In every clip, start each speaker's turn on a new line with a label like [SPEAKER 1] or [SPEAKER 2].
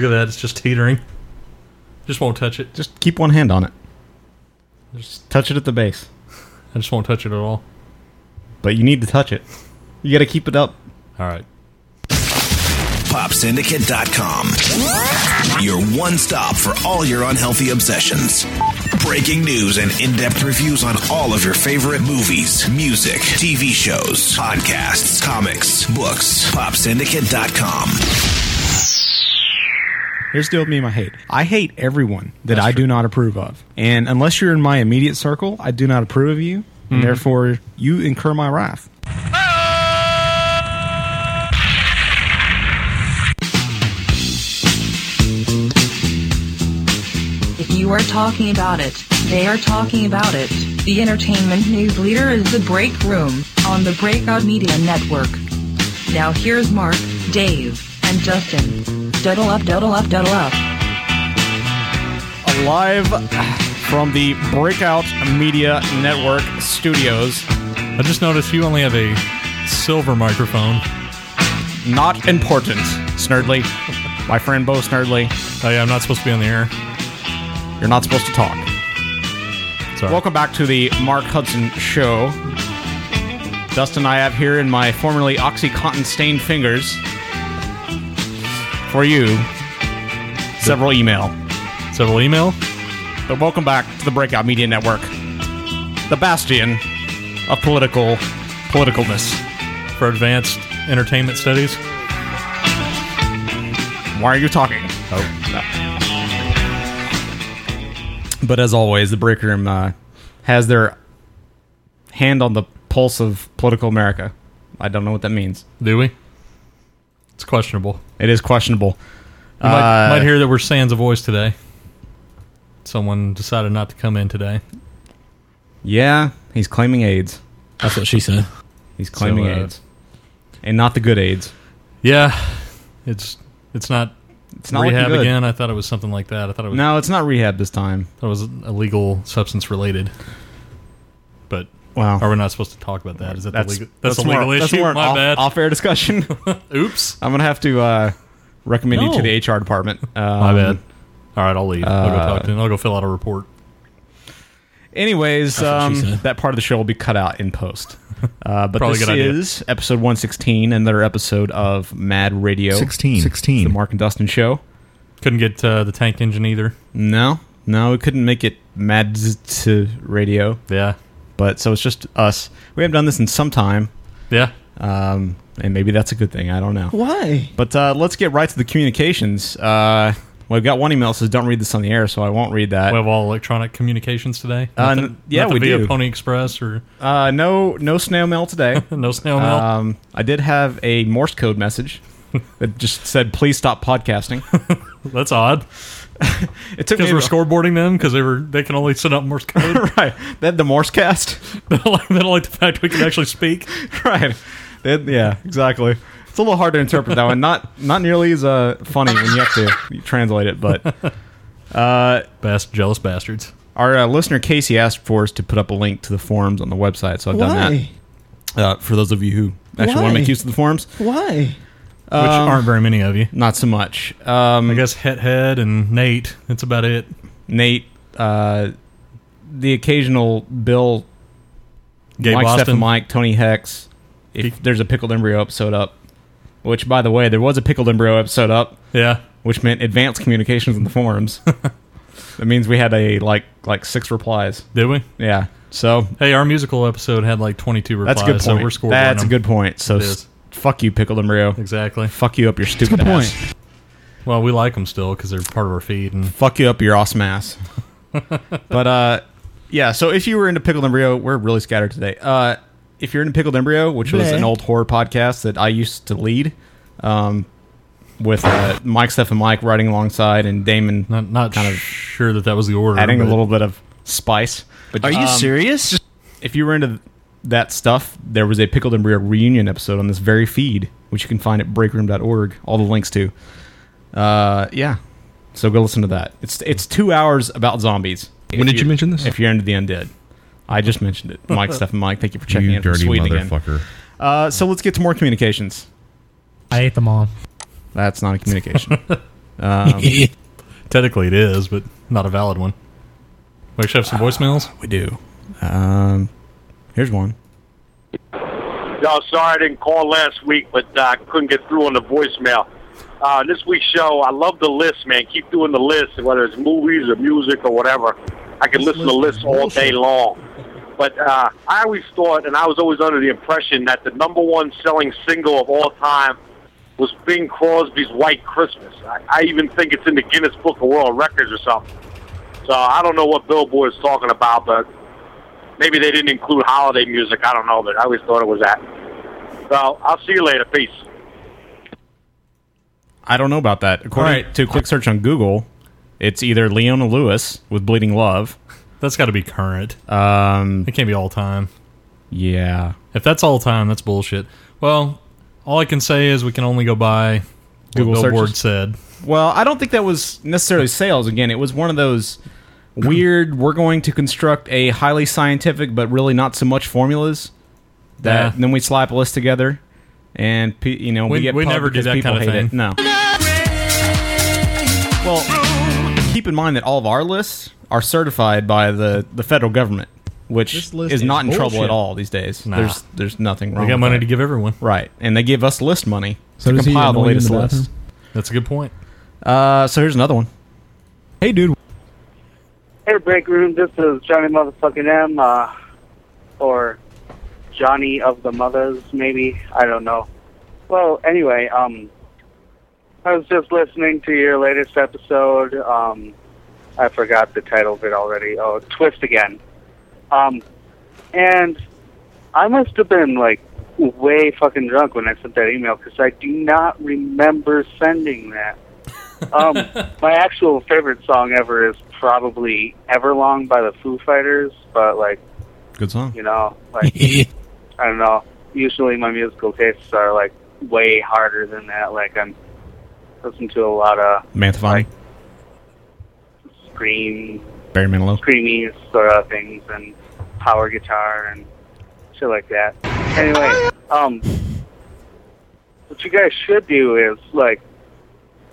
[SPEAKER 1] Look at that, it's just teetering. Just won't touch it.
[SPEAKER 2] Just keep one hand on it.
[SPEAKER 1] Just,
[SPEAKER 2] Touch it at the base.
[SPEAKER 1] I just won't touch it at all.
[SPEAKER 2] But you need to touch it. You got to keep it up.
[SPEAKER 1] All right.
[SPEAKER 3] PopSyndicate.com. Your one stop for all your unhealthy obsessions. Breaking news and in depth reviews on all of your favorite movies, music, TV shows, podcasts, comics, books. PopSyndicate.com.
[SPEAKER 2] Here's the deal with me and my hate. I hate everyone that I do not approve of. And unless you're in my immediate circle, I do not approve of you.
[SPEAKER 1] Mm-hmm.
[SPEAKER 2] And therefore, you incur my wrath.
[SPEAKER 4] If you are talking about it, they are talking about it. The entertainment news leader is The Break Room on the Breakout Media Network. Now here's Mark, Dave, and Justin. Duddle up, duddle up, duddle up.
[SPEAKER 5] Live from the Breakout Media Network studios.
[SPEAKER 1] I just noticed you only have a silver microphone.
[SPEAKER 5] Not important, Snurdly. My friend Bo Snurdly,
[SPEAKER 1] Oh, yeah, I'm not supposed to be on the air.
[SPEAKER 5] you're not supposed to talk.
[SPEAKER 1] Sorry.
[SPEAKER 5] Welcome back to the Mark Hudson Show. Dustin, I have here in my formerly OxyContin stained fingers for you several email.
[SPEAKER 1] Several email.
[SPEAKER 5] But welcome back to the Breakout Media Network, the bastion of political politicalness.
[SPEAKER 1] for advanced entertainment studies.
[SPEAKER 5] Why are you talking?
[SPEAKER 1] Oh.
[SPEAKER 5] But as always, the break room uh, has their hand on the pulse of political America. I don't know what that means.
[SPEAKER 1] Do we? It's questionable.
[SPEAKER 5] It is questionable.
[SPEAKER 1] You might,
[SPEAKER 5] Uh,
[SPEAKER 1] might hear that we're sans a voice today. Someone decided not to come in today.
[SPEAKER 5] Yeah, he's claiming AIDS.
[SPEAKER 6] That's what she said.
[SPEAKER 5] He's claiming
[SPEAKER 1] uh,
[SPEAKER 5] AIDS, and not the good AIDS.
[SPEAKER 1] Yeah, it's it's not
[SPEAKER 5] It's not looking
[SPEAKER 1] rehab
[SPEAKER 5] good.
[SPEAKER 1] again. I thought it was something like that. I thought it was
[SPEAKER 5] No, it's not rehab this time.
[SPEAKER 1] thought it was illegal substance related. But
[SPEAKER 5] Wow,
[SPEAKER 1] are we not supposed to talk about that? Is that
[SPEAKER 5] that's
[SPEAKER 1] the legal, that's, a
[SPEAKER 5] more-
[SPEAKER 1] legal
[SPEAKER 5] that's
[SPEAKER 1] issue?
[SPEAKER 5] more an
[SPEAKER 1] My
[SPEAKER 5] off,
[SPEAKER 1] bad.
[SPEAKER 5] off-air discussion.
[SPEAKER 1] Oops.
[SPEAKER 5] I'm gonna have to uh, recommend you to
[SPEAKER 1] No.
[SPEAKER 5] the HR department. Um, uh,
[SPEAKER 1] My bad. All right, I'll leave. I'll go talk to him. I'll go fill out a report.
[SPEAKER 5] Anyways,
[SPEAKER 6] what she
[SPEAKER 5] um,
[SPEAKER 6] said.
[SPEAKER 5] that part of the show will be cut out in post. Uh, but
[SPEAKER 1] Probably a
[SPEAKER 5] this
[SPEAKER 1] good idea.
[SPEAKER 5] is episode 116, another episode of Mad Radio.
[SPEAKER 7] 16.
[SPEAKER 5] It's
[SPEAKER 7] 16.
[SPEAKER 5] The Mark and Dustin show.
[SPEAKER 1] Couldn't get uh, the tank engine either.
[SPEAKER 5] No, no, we couldn't make it Mad Z- to Radio,
[SPEAKER 1] Yeah,
[SPEAKER 5] but so it's just us. We haven't done this in some time,
[SPEAKER 1] yeah.
[SPEAKER 5] um, and maybe that's a good thing. I don't know.
[SPEAKER 2] Why?
[SPEAKER 5] But uh, let's get right to the communications. Uh, we've got one email that says don't read this on the air, so I won't read that.
[SPEAKER 1] We have all electronic communications today.
[SPEAKER 5] Uh,
[SPEAKER 1] Nothing-
[SPEAKER 5] n- yeah, we
[SPEAKER 1] nothing via
[SPEAKER 5] do.
[SPEAKER 1] Pony Express or
[SPEAKER 5] Uh, no, no snail mail today.
[SPEAKER 1] no snail mail.
[SPEAKER 5] Um, I did have a Morse code message that just said, "Please stop podcasting."
[SPEAKER 1] That's odd
[SPEAKER 5] It took
[SPEAKER 1] because
[SPEAKER 5] me
[SPEAKER 1] we're scoreboarding them because they were they can only send out Morse code.
[SPEAKER 5] right. They had the Morse cast,
[SPEAKER 1] they don't like the fact we can actually speak.
[SPEAKER 5] right? They had- yeah, exactly. It's a little hard to interpret that one. Not not nearly as uh, funny when you have to translate it. But uh,
[SPEAKER 1] Bast jealous bastards.
[SPEAKER 5] our uh, listener Casey asked for us to put up a link to the forums on the website, so I've done
[SPEAKER 2] Why?
[SPEAKER 5] that uh, for those of you who actually want
[SPEAKER 2] Why?
[SPEAKER 5] to make use of the forums. Um,
[SPEAKER 2] Why?
[SPEAKER 1] Which aren't very many of you.
[SPEAKER 5] Not so much.
[SPEAKER 1] I
[SPEAKER 5] Um,
[SPEAKER 1] guess Het Head and Nate. That's about it.
[SPEAKER 5] Nate, uh, the occasional Bill
[SPEAKER 1] Gabe
[SPEAKER 5] Mike
[SPEAKER 1] Boston.
[SPEAKER 5] Stephen Mike, Tony Hex. If
[SPEAKER 1] He-
[SPEAKER 5] there's a pickled embryo episode up, which by the way, there was a pickled embryo episode up,
[SPEAKER 1] Yeah.
[SPEAKER 5] which meant advanced communications in the forums. that means we had a like like six replies.
[SPEAKER 1] Did we?
[SPEAKER 5] Yeah. So
[SPEAKER 1] Hey, our musical episode had like 22 replies.
[SPEAKER 5] that's a good point.
[SPEAKER 1] So we're scoreboarding
[SPEAKER 5] that's
[SPEAKER 1] them.
[SPEAKER 5] a good point. So
[SPEAKER 1] It
[SPEAKER 5] s-
[SPEAKER 1] is.
[SPEAKER 5] fuck you, pickled embryo.
[SPEAKER 1] Exactly.
[SPEAKER 5] Fuck you up your stupid
[SPEAKER 2] good
[SPEAKER 5] ass.
[SPEAKER 1] Well, we like them still because they're part of our feed. And
[SPEAKER 5] Fuck you up your awesome ass. but uh, yeah. So if you were into pickled embryo, we're really scattered today. Uh, if you're into pickled embryo, which was
[SPEAKER 2] Bleh.
[SPEAKER 5] an old horror podcast that I used to lead, um, with uh, Mike, Steph, and Mike writing alongside, and Damon
[SPEAKER 1] not not
[SPEAKER 5] Kind of
[SPEAKER 1] sure that that was the order.
[SPEAKER 5] adding a
[SPEAKER 1] but-
[SPEAKER 5] little bit of spice. But um,
[SPEAKER 7] Are you serious?
[SPEAKER 5] if you were into that stuff, there was a pickled embryo reunion episode on this very feed, which you can find at breakroom.org. All the links to. Uh, yeah. So go listen to that. It's it's two hours about zombies.
[SPEAKER 7] When did you mention this?
[SPEAKER 5] If you're into the undead, I just mentioned it. Mike, Steph, and Mike, thank you for checking
[SPEAKER 7] you
[SPEAKER 5] in from
[SPEAKER 7] dirty
[SPEAKER 5] Sweden again.
[SPEAKER 7] motherfucker.
[SPEAKER 5] Uh, so let's get to more communications.
[SPEAKER 8] I ate them all.
[SPEAKER 5] That's not a communication. Um,
[SPEAKER 1] Technically, it is, but not a valid one. We actually have some voicemails.
[SPEAKER 5] Uh, We do. Um, here's one.
[SPEAKER 6] Y'all, sorry I didn't call last week, but uh, I couldn't get through on the voicemail. Uh, this week's show, I love the list, man. Keep doing the list, whether it's movies or music or whatever. I can listen to lists all day long. But uh, I always thought, and I was always under the impression that the number one selling single of all time was Bing Crosby's White Christmas. I, I even think it's in the Guinness Book of World Records or something. So I don't know what Billboard is talking about, but maybe they didn't include holiday music. I don't know, but I always thought it was that. So I'll see you later. Peace.
[SPEAKER 5] I don't know about that. According
[SPEAKER 1] All right.
[SPEAKER 5] to a quick search on Google, it's either Leona Lewis with Bleeding Love.
[SPEAKER 1] That's got to be current.
[SPEAKER 5] Um,
[SPEAKER 1] It can't be all time.
[SPEAKER 5] yeah.
[SPEAKER 1] If that's all time, that's bullshit. Well, all I can say is we can only go by
[SPEAKER 5] Google
[SPEAKER 1] what Billboard
[SPEAKER 5] searches?
[SPEAKER 1] said.
[SPEAKER 5] Well, I don't think that was necessarily sales. Again, it was one of those weird. We're going to construct a highly scientific, but really not so much formulas. That
[SPEAKER 1] Yeah.
[SPEAKER 5] then we slap a list together, and pe- you know we,
[SPEAKER 1] We-
[SPEAKER 5] get
[SPEAKER 1] we
[SPEAKER 5] pumped
[SPEAKER 1] never do
[SPEAKER 5] because
[SPEAKER 1] that
[SPEAKER 5] people
[SPEAKER 1] kind
[SPEAKER 5] hate
[SPEAKER 1] of thing.
[SPEAKER 5] It. No. Well, keep in mind that all of our lists are certified by the the federal government, which
[SPEAKER 7] This
[SPEAKER 5] is,
[SPEAKER 7] list is
[SPEAKER 5] not in trouble
[SPEAKER 7] bullshit.
[SPEAKER 5] at all these days.
[SPEAKER 1] Nah.
[SPEAKER 5] There's there's nothing wrong.
[SPEAKER 1] We got
[SPEAKER 5] with
[SPEAKER 1] money
[SPEAKER 5] that.
[SPEAKER 1] to give everyone.
[SPEAKER 5] right, and they give us list money
[SPEAKER 7] So
[SPEAKER 5] to
[SPEAKER 7] does he
[SPEAKER 5] compile the
[SPEAKER 7] annoy you in
[SPEAKER 5] latest
[SPEAKER 7] the bathroom?
[SPEAKER 5] list.
[SPEAKER 1] That's a good point.
[SPEAKER 5] Uh, so here's another one.
[SPEAKER 7] Hey, dude.
[SPEAKER 8] Hey, break room. This is Johnny motherfucking M, uh, or Johnny of the Mothers, maybe. I don't know. Well, anyway, um, I was just listening to your latest episode. Um, I forgot the title of it already. Oh, Twist Again. Um, and I must have been, like, way fucking drunk when I sent that email because I do not remember sending that. Um, my actual favorite song ever is probably Everlong by the Foo Fighters, but like
[SPEAKER 5] Good song.
[SPEAKER 8] you know, like I don't know. Usually my musical tastes are like way harder than that. Like I'm listen to a lot of
[SPEAKER 5] Mantovani,
[SPEAKER 8] scream,
[SPEAKER 5] Barry Manilow.
[SPEAKER 8] screamy sort of things, and power guitar and shit like that. Anyway, um, what you guys should do is like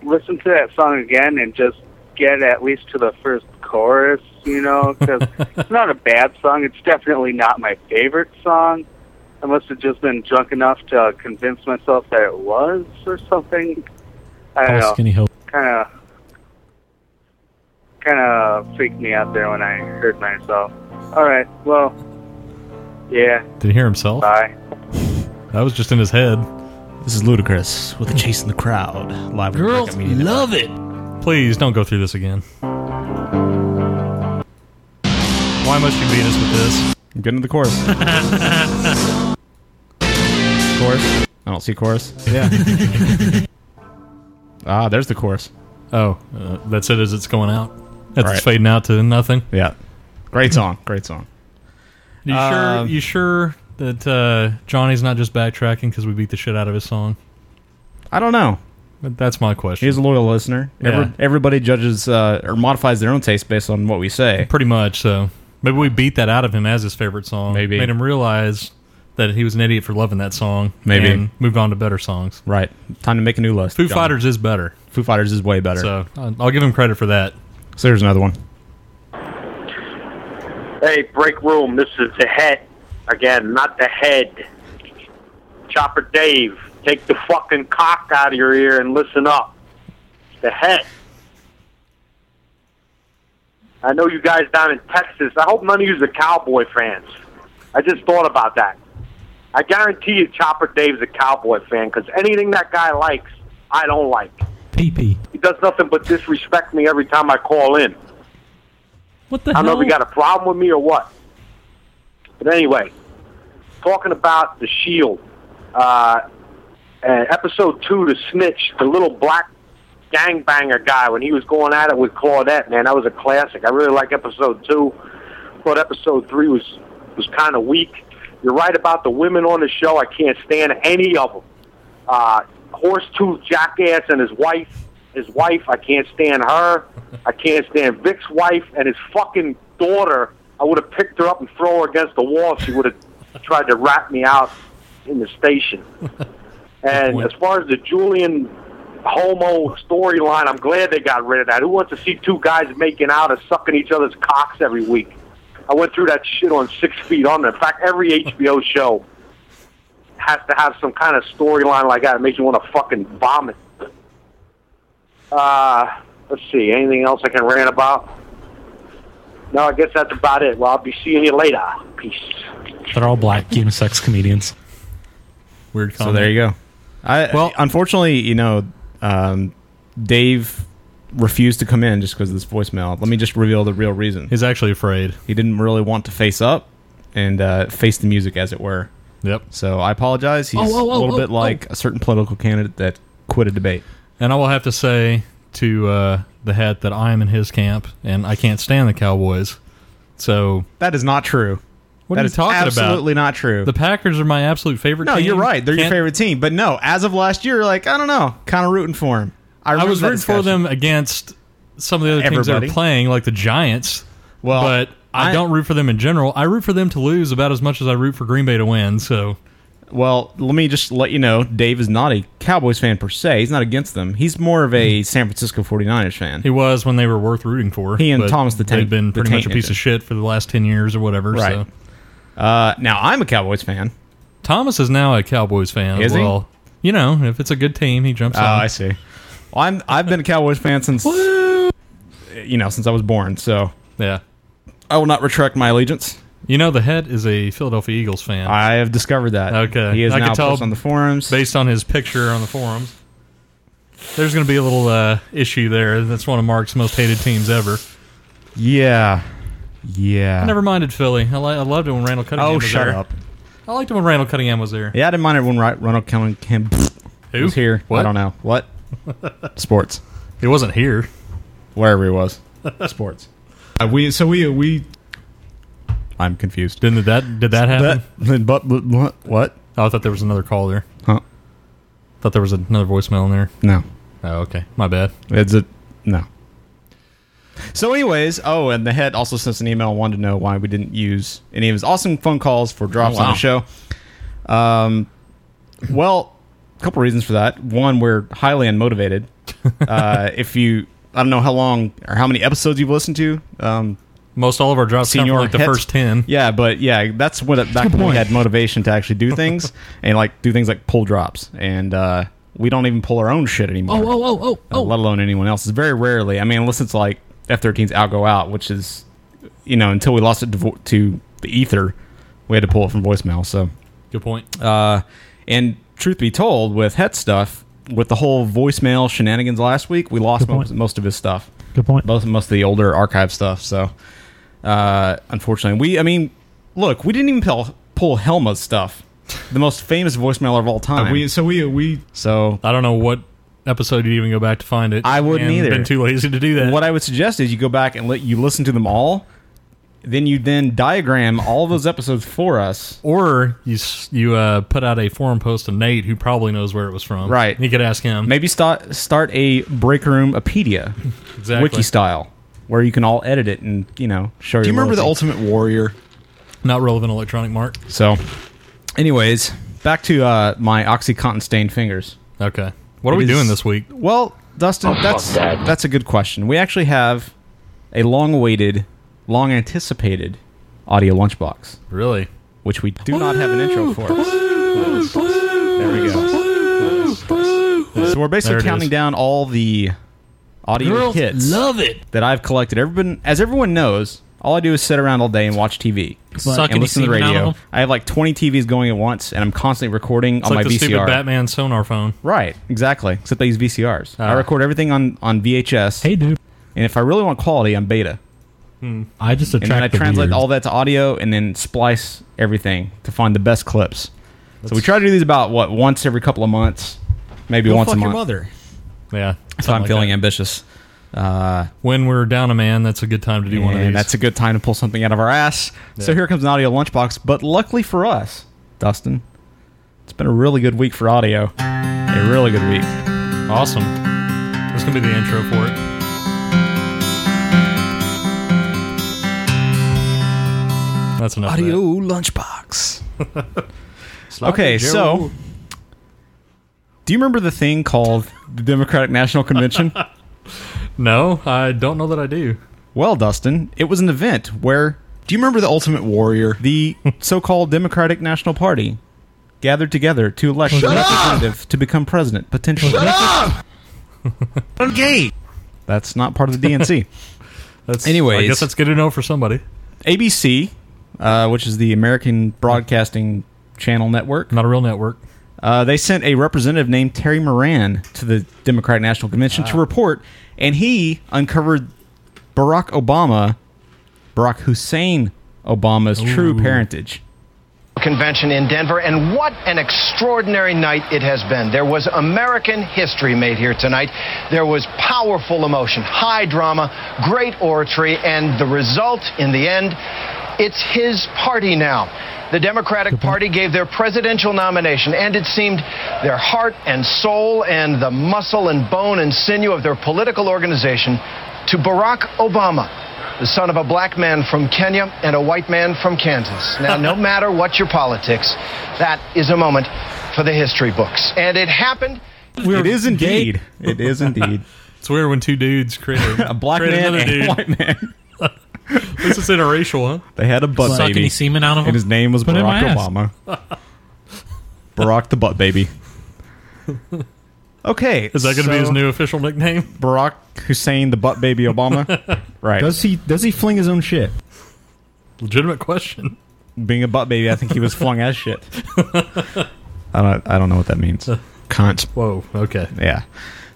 [SPEAKER 8] listen to that song again and just get at least to the first chorus, you know, because it's not a bad song. It's definitely not my favorite song. I must have just been drunk enough to convince myself that it was or something. I don't know
[SPEAKER 7] Skinny Hill.
[SPEAKER 8] kind of kind of freaked me out there when I heard myself. All right, well, yeah,
[SPEAKER 1] Did he hear himself?
[SPEAKER 8] bye.
[SPEAKER 1] That was just in his head.
[SPEAKER 5] This is Ludacris with a chase in the crowd. Live at the Breakout Media Network.
[SPEAKER 7] it.
[SPEAKER 1] Please don't go through this again. Why must you beat us with this?
[SPEAKER 5] I'm getting to the chorus. chorus. I don't see chorus.
[SPEAKER 7] Yeah.
[SPEAKER 5] Ah, there's the chorus.
[SPEAKER 1] Oh, uh, that's it as it's going out. That's
[SPEAKER 5] Right.
[SPEAKER 1] fading out to nothing.
[SPEAKER 5] Yeah. Great song. Great song.
[SPEAKER 1] You
[SPEAKER 5] Um,
[SPEAKER 1] sure? You sure that uh, Johnny's not just backtracking because we beat the shit out of his song?
[SPEAKER 5] I don't know.
[SPEAKER 1] But That's my question.
[SPEAKER 5] He's a loyal listener. Every-
[SPEAKER 1] Yeah.
[SPEAKER 5] everybody judges uh, or modifies their own taste based on what we say.
[SPEAKER 1] Pretty much. So maybe we beat that out of him as his favorite song.
[SPEAKER 5] Maybe.
[SPEAKER 1] made him realize that he was an idiot for loving that song.
[SPEAKER 5] Maybe.
[SPEAKER 1] and moved on to better songs.
[SPEAKER 5] Right. Time to make a new list.
[SPEAKER 1] Foo
[SPEAKER 5] John.
[SPEAKER 1] Fighters is better,
[SPEAKER 5] Foo Fighters is way better. So,
[SPEAKER 1] so uh, I'll give him credit for that.
[SPEAKER 5] there's another one.
[SPEAKER 6] Hey, break room. This is the head. Again, not the head. Chopper Dave, take the fucking cock out of your ear and listen up. It's the head. I know you guys down in Texas. I hope none of you are cowboy fans. I just thought about that. I guarantee you Chopper Dave's a cowboy fan because anything that guy likes, I don't like.
[SPEAKER 7] Pee pee.
[SPEAKER 6] He does nothing but disrespect me every time I call in.
[SPEAKER 7] What the
[SPEAKER 6] I don't know
[SPEAKER 7] hell?
[SPEAKER 6] if he got a problem with me or what. But anyway, talking about the Shield, uh, and episode two, the snitch, the little black gangbanger guy, when he was going at it with Claudette, man, that was a classic. I really like episode two. Thought episode three was was kind of weak. You're right about the women on the show. I can't stand any of them. Uh, horse tooth jackass and his wife. His wife, I can't stand her. I can't stand Vic's wife and his fucking daughter. I would have picked her up and throw her against the wall if she would have tried to rat me out in the station. And
[SPEAKER 1] point.
[SPEAKER 6] as far as the Julian homo storyline. I'm glad they got rid of that. Who wants to see two guys making out and sucking each other's cocks every week? I went through that shit on Six Feet Under. In fact, every HBO show has to have some kind of storyline like that. It makes you want to fucking vomit. Uh, let's see. Anything else I can rant about? No, I guess that's about it. Well, I'll be seeing you later. Peace.
[SPEAKER 9] They're all black unisex comedians.
[SPEAKER 1] Weird
[SPEAKER 5] So
[SPEAKER 1] comment.
[SPEAKER 5] there you go. I
[SPEAKER 1] Well-
[SPEAKER 5] well, unfortunately, you know, um, Dave refused to come in just because of this voicemail. Let me just reveal the real reason.
[SPEAKER 1] He's actually afraid.
[SPEAKER 5] He didn't really want to face up and uh, face the music, as it were.
[SPEAKER 1] Yep.
[SPEAKER 5] So I apologize. He's
[SPEAKER 1] Oh, oh,
[SPEAKER 5] a
[SPEAKER 1] oh,
[SPEAKER 5] little
[SPEAKER 1] oh,
[SPEAKER 5] bit like a certain political candidate that quit a debate.
[SPEAKER 1] And I will have to say to uh, the hat that I am in his camp, and I can't stand the Cowboys. So
[SPEAKER 5] That is not true.
[SPEAKER 1] what
[SPEAKER 5] That
[SPEAKER 1] are you
[SPEAKER 5] is
[SPEAKER 1] talking
[SPEAKER 5] absolutely
[SPEAKER 1] about?
[SPEAKER 5] not true.
[SPEAKER 1] The Packers are my absolute favorite.
[SPEAKER 5] no,
[SPEAKER 1] team.
[SPEAKER 5] you're right. They're your
[SPEAKER 1] Can't-
[SPEAKER 5] favorite team. But no, as of last year, like I don't know, kind of rooting for him.
[SPEAKER 1] I
[SPEAKER 5] remember
[SPEAKER 1] was
[SPEAKER 5] that
[SPEAKER 1] rooting for
[SPEAKER 5] discussion.
[SPEAKER 1] them against some of the other teams that are
[SPEAKER 5] Everybody.
[SPEAKER 1] playing, like the Giants.
[SPEAKER 5] Well,
[SPEAKER 1] but I,
[SPEAKER 5] I-
[SPEAKER 1] don't root for them in general. I root for them to lose about as much as I root for Green Bay to win. So
[SPEAKER 5] Well, let me just let you know, Dave is not a Cowboys fan per se. He's not against them. He's more of
[SPEAKER 1] Hmm.
[SPEAKER 5] a San Francisco 49ers fan.
[SPEAKER 1] he was when they were worth rooting for.
[SPEAKER 5] He and
[SPEAKER 1] but
[SPEAKER 5] Thomas the
[SPEAKER 1] They've
[SPEAKER 5] Tank-
[SPEAKER 1] been
[SPEAKER 5] the
[SPEAKER 1] pretty much a
[SPEAKER 5] Tank
[SPEAKER 1] piece of shit for the last ten years or whatever.
[SPEAKER 5] Right.
[SPEAKER 1] So
[SPEAKER 5] Uh, now, I'm a Cowboys fan.
[SPEAKER 1] Thomas is now a Cowboys fan
[SPEAKER 5] Is
[SPEAKER 1] as
[SPEAKER 5] he?
[SPEAKER 1] uh,
[SPEAKER 5] Oh,
[SPEAKER 1] well. You know, if it's a good team, he jumps on.
[SPEAKER 5] see. I'm I've been a Cowboys fan since you know since I was born. So
[SPEAKER 1] Yeah.
[SPEAKER 5] I will not retract my allegiance.
[SPEAKER 1] You know, the head is a Philadelphia Eagles fan
[SPEAKER 5] I have discovered that.
[SPEAKER 1] Okay.
[SPEAKER 5] he is
[SPEAKER 1] I can
[SPEAKER 5] now
[SPEAKER 1] tell
[SPEAKER 5] posted on the forums.
[SPEAKER 1] based on his picture on the forums. There's going to be a little uh, issue there. That's one of Mark's most hated teams ever.
[SPEAKER 5] yeah, yeah.
[SPEAKER 1] I never minded Philly. I, li- I loved it when Randall Cunningham
[SPEAKER 5] Ah. oh,
[SPEAKER 1] was
[SPEAKER 5] shut
[SPEAKER 1] there.
[SPEAKER 5] up.
[SPEAKER 1] I liked it when Randall Cunningham was there.
[SPEAKER 5] Yeah, I didn't mind it when Ry- Ronald Cunningham
[SPEAKER 1] Who?
[SPEAKER 5] was here.
[SPEAKER 1] What?
[SPEAKER 5] I don't know what sports
[SPEAKER 1] He wasn't here.
[SPEAKER 5] wherever he was. Sports.
[SPEAKER 9] Uh, we so we we
[SPEAKER 5] I'm confused.
[SPEAKER 1] Didn't that? Did that happen?
[SPEAKER 5] But, but, but what? What?
[SPEAKER 1] Oh, I thought there was another call there.
[SPEAKER 5] Huh?
[SPEAKER 1] Thought there was another voicemail in there.
[SPEAKER 5] No.
[SPEAKER 1] Oh, okay. My bad.
[SPEAKER 5] It's a no. So, anyways, oh, and the head also sent us an email and wanted to know why we didn't use any of his awesome phone calls for drops on the show. Um, well, a couple reasons for that. One, we're highly unmotivated. Uh, if you, I don't know how long or how many episodes you've listened to. Um,
[SPEAKER 1] Most all of our drops come
[SPEAKER 5] Senior
[SPEAKER 1] from like the
[SPEAKER 5] hits.
[SPEAKER 1] first ten.
[SPEAKER 5] yeah, but yeah, that's when back when we
[SPEAKER 2] point.
[SPEAKER 5] had motivation to actually do things and like do things like pull drops, and uh, we don't even pull our own shit anymore.
[SPEAKER 7] oh, oh,
[SPEAKER 5] uh, let alone anyone else. Very rarely. I mean, unless it's like F-13's "I'll Go Out," which is, you know, until we lost it to, vo- to the ether, we had to pull it from voicemail. So,
[SPEAKER 1] Good point.
[SPEAKER 5] uh, and truth be told, with Het stuff, with the whole voicemail shenanigans last week, we
[SPEAKER 9] Good
[SPEAKER 5] lost
[SPEAKER 9] point.
[SPEAKER 5] most, most of his stuff.
[SPEAKER 9] Good point.
[SPEAKER 5] Both most of the older archive stuff. So, uh, unfortunately, we. I mean, look, we didn't even pull, pull Helma's stuff, the most famous voicemailer of all
[SPEAKER 1] Uh,
[SPEAKER 5] time.
[SPEAKER 9] we so we we
[SPEAKER 5] so
[SPEAKER 1] I don't know what episode you'd even go back to find it.
[SPEAKER 5] I wouldn't
[SPEAKER 1] and
[SPEAKER 5] either.
[SPEAKER 1] Been too lazy to do that.
[SPEAKER 5] what I would suggest is you go back and let you listen to them all. Then you then diagram all those episodes for us.
[SPEAKER 1] or you s- you uh, put out a forum post to Nate, who probably knows where it was from.
[SPEAKER 5] Right.
[SPEAKER 1] You could ask him.
[SPEAKER 5] Maybe start start a break room apedia,
[SPEAKER 1] Exactly.
[SPEAKER 5] wiki style, where you can all edit it and you know show.
[SPEAKER 9] do you remember the Ultimate Warrior?
[SPEAKER 1] Not relevant electronic mark.
[SPEAKER 5] So, anyways, back to uh, my OxyContin stained fingers.
[SPEAKER 1] Okay. What are
[SPEAKER 5] It
[SPEAKER 1] we
[SPEAKER 5] is-
[SPEAKER 1] doing this week?
[SPEAKER 5] Well, Dustin, that's that's a good question. We actually have a long-awaited, long-anticipated audio lunchbox,
[SPEAKER 1] Really?
[SPEAKER 5] which we do not have an intro for. There we go. So we're
[SPEAKER 1] There
[SPEAKER 5] basically
[SPEAKER 1] it
[SPEAKER 5] counting
[SPEAKER 1] is.
[SPEAKER 5] down all the audio hits
[SPEAKER 7] love it.
[SPEAKER 5] that I've collected. Everyone, as everyone knows, all I do is sit around all day and watch TV
[SPEAKER 7] Suck
[SPEAKER 5] and
[SPEAKER 7] any
[SPEAKER 5] listen to the
[SPEAKER 7] semen out of
[SPEAKER 5] radio.
[SPEAKER 7] them?
[SPEAKER 5] I have like 20 TVs going at once, and I'm constantly recording
[SPEAKER 1] It's
[SPEAKER 5] on
[SPEAKER 1] like
[SPEAKER 5] my
[SPEAKER 1] the
[SPEAKER 5] VCR.
[SPEAKER 1] stupid Batman sonar phone.
[SPEAKER 5] Right, exactly. Except they use VCRs. I
[SPEAKER 1] Ah.
[SPEAKER 5] record everything on on VHS,
[SPEAKER 9] Hey, dude.
[SPEAKER 5] and if I really want quality, I'm beta,
[SPEAKER 9] Hmm. I just
[SPEAKER 5] and then I
[SPEAKER 9] attract the
[SPEAKER 5] translate
[SPEAKER 9] weird.
[SPEAKER 5] all that to audio, and then splice everything to find the best clips. so we try to do these about what once every couple of months, maybe
[SPEAKER 9] Go
[SPEAKER 5] once
[SPEAKER 9] fuck
[SPEAKER 5] a
[SPEAKER 9] your
[SPEAKER 5] month.
[SPEAKER 9] mother.
[SPEAKER 1] Yeah.
[SPEAKER 5] If I'm
[SPEAKER 1] something like
[SPEAKER 5] feeling
[SPEAKER 1] that.
[SPEAKER 5] ambitious, uh,
[SPEAKER 1] When we're down a man, that's a good time to do one of these.
[SPEAKER 5] and that's a good time to pull something out of our ass. So here comes an audio lunchbox. But luckily for us, Dustin, it's been a really good week for audio. A really good week.
[SPEAKER 1] awesome. That's gonna be the intro for it. That's enough. of that.
[SPEAKER 5] lunchbox. okay, so Do you remember the thing called the Democratic National Convention?
[SPEAKER 1] No, I don't know that I do.
[SPEAKER 5] Well, Dustin, it was an event where. Do you remember the Ultimate Warrior? The so called Democratic National Party gathered together to elect a representative to become president, potentially.
[SPEAKER 3] I'm gay.
[SPEAKER 5] That's not part of the DNC.
[SPEAKER 1] That's I
[SPEAKER 5] Anyways.
[SPEAKER 1] guess that's good to know for somebody.
[SPEAKER 5] ABC, uh, which is the American Broadcasting Channel Network,
[SPEAKER 1] Not a real network.
[SPEAKER 5] Uh, they sent a representative named Terry Moran to the Democratic National Convention
[SPEAKER 1] Ah.
[SPEAKER 5] to report, and he uncovered Barack Obama, Barack Hussein Obama's true parentage.
[SPEAKER 10] convention in Denver, and what an extraordinary night it has been. There was American history made here tonight. There was powerful emotion, high drama, great oratory, and the result in the end, it's his party now. The Democratic Party gave their presidential nomination, and it seemed their heart and soul and the muscle and bone and sinew of their political organization to Barack Obama the son of a black man from Kenya and a white man from Kansas. Now, no matter what your politics, that is a moment for the history books. And it happened.
[SPEAKER 5] it is indeed. it is indeed.
[SPEAKER 1] It's weird when two dudes create a,
[SPEAKER 5] A black
[SPEAKER 1] create
[SPEAKER 5] man
[SPEAKER 1] another
[SPEAKER 5] and
[SPEAKER 1] dude.
[SPEAKER 5] a white man.
[SPEAKER 1] This is interracial, huh?
[SPEAKER 5] They had a butt
[SPEAKER 11] Suck any
[SPEAKER 5] baby,
[SPEAKER 11] semen out of
[SPEAKER 5] and
[SPEAKER 11] him.
[SPEAKER 5] his name was
[SPEAKER 11] Put it in
[SPEAKER 5] Barack
[SPEAKER 11] my ass.
[SPEAKER 5] Obama. Barack the butt baby. Okay,
[SPEAKER 1] Is that going to be
[SPEAKER 5] so
[SPEAKER 1] his new official nickname?
[SPEAKER 5] Barack Hussein the butt baby Obama? right.
[SPEAKER 2] Does he does he fling his own shit?
[SPEAKER 1] Legitimate question.
[SPEAKER 5] being a butt baby, I think he was flung as shit. I don't, I don't know what that means.
[SPEAKER 2] Cunt.
[SPEAKER 1] Uh, Whoa. Okay.
[SPEAKER 5] Yeah.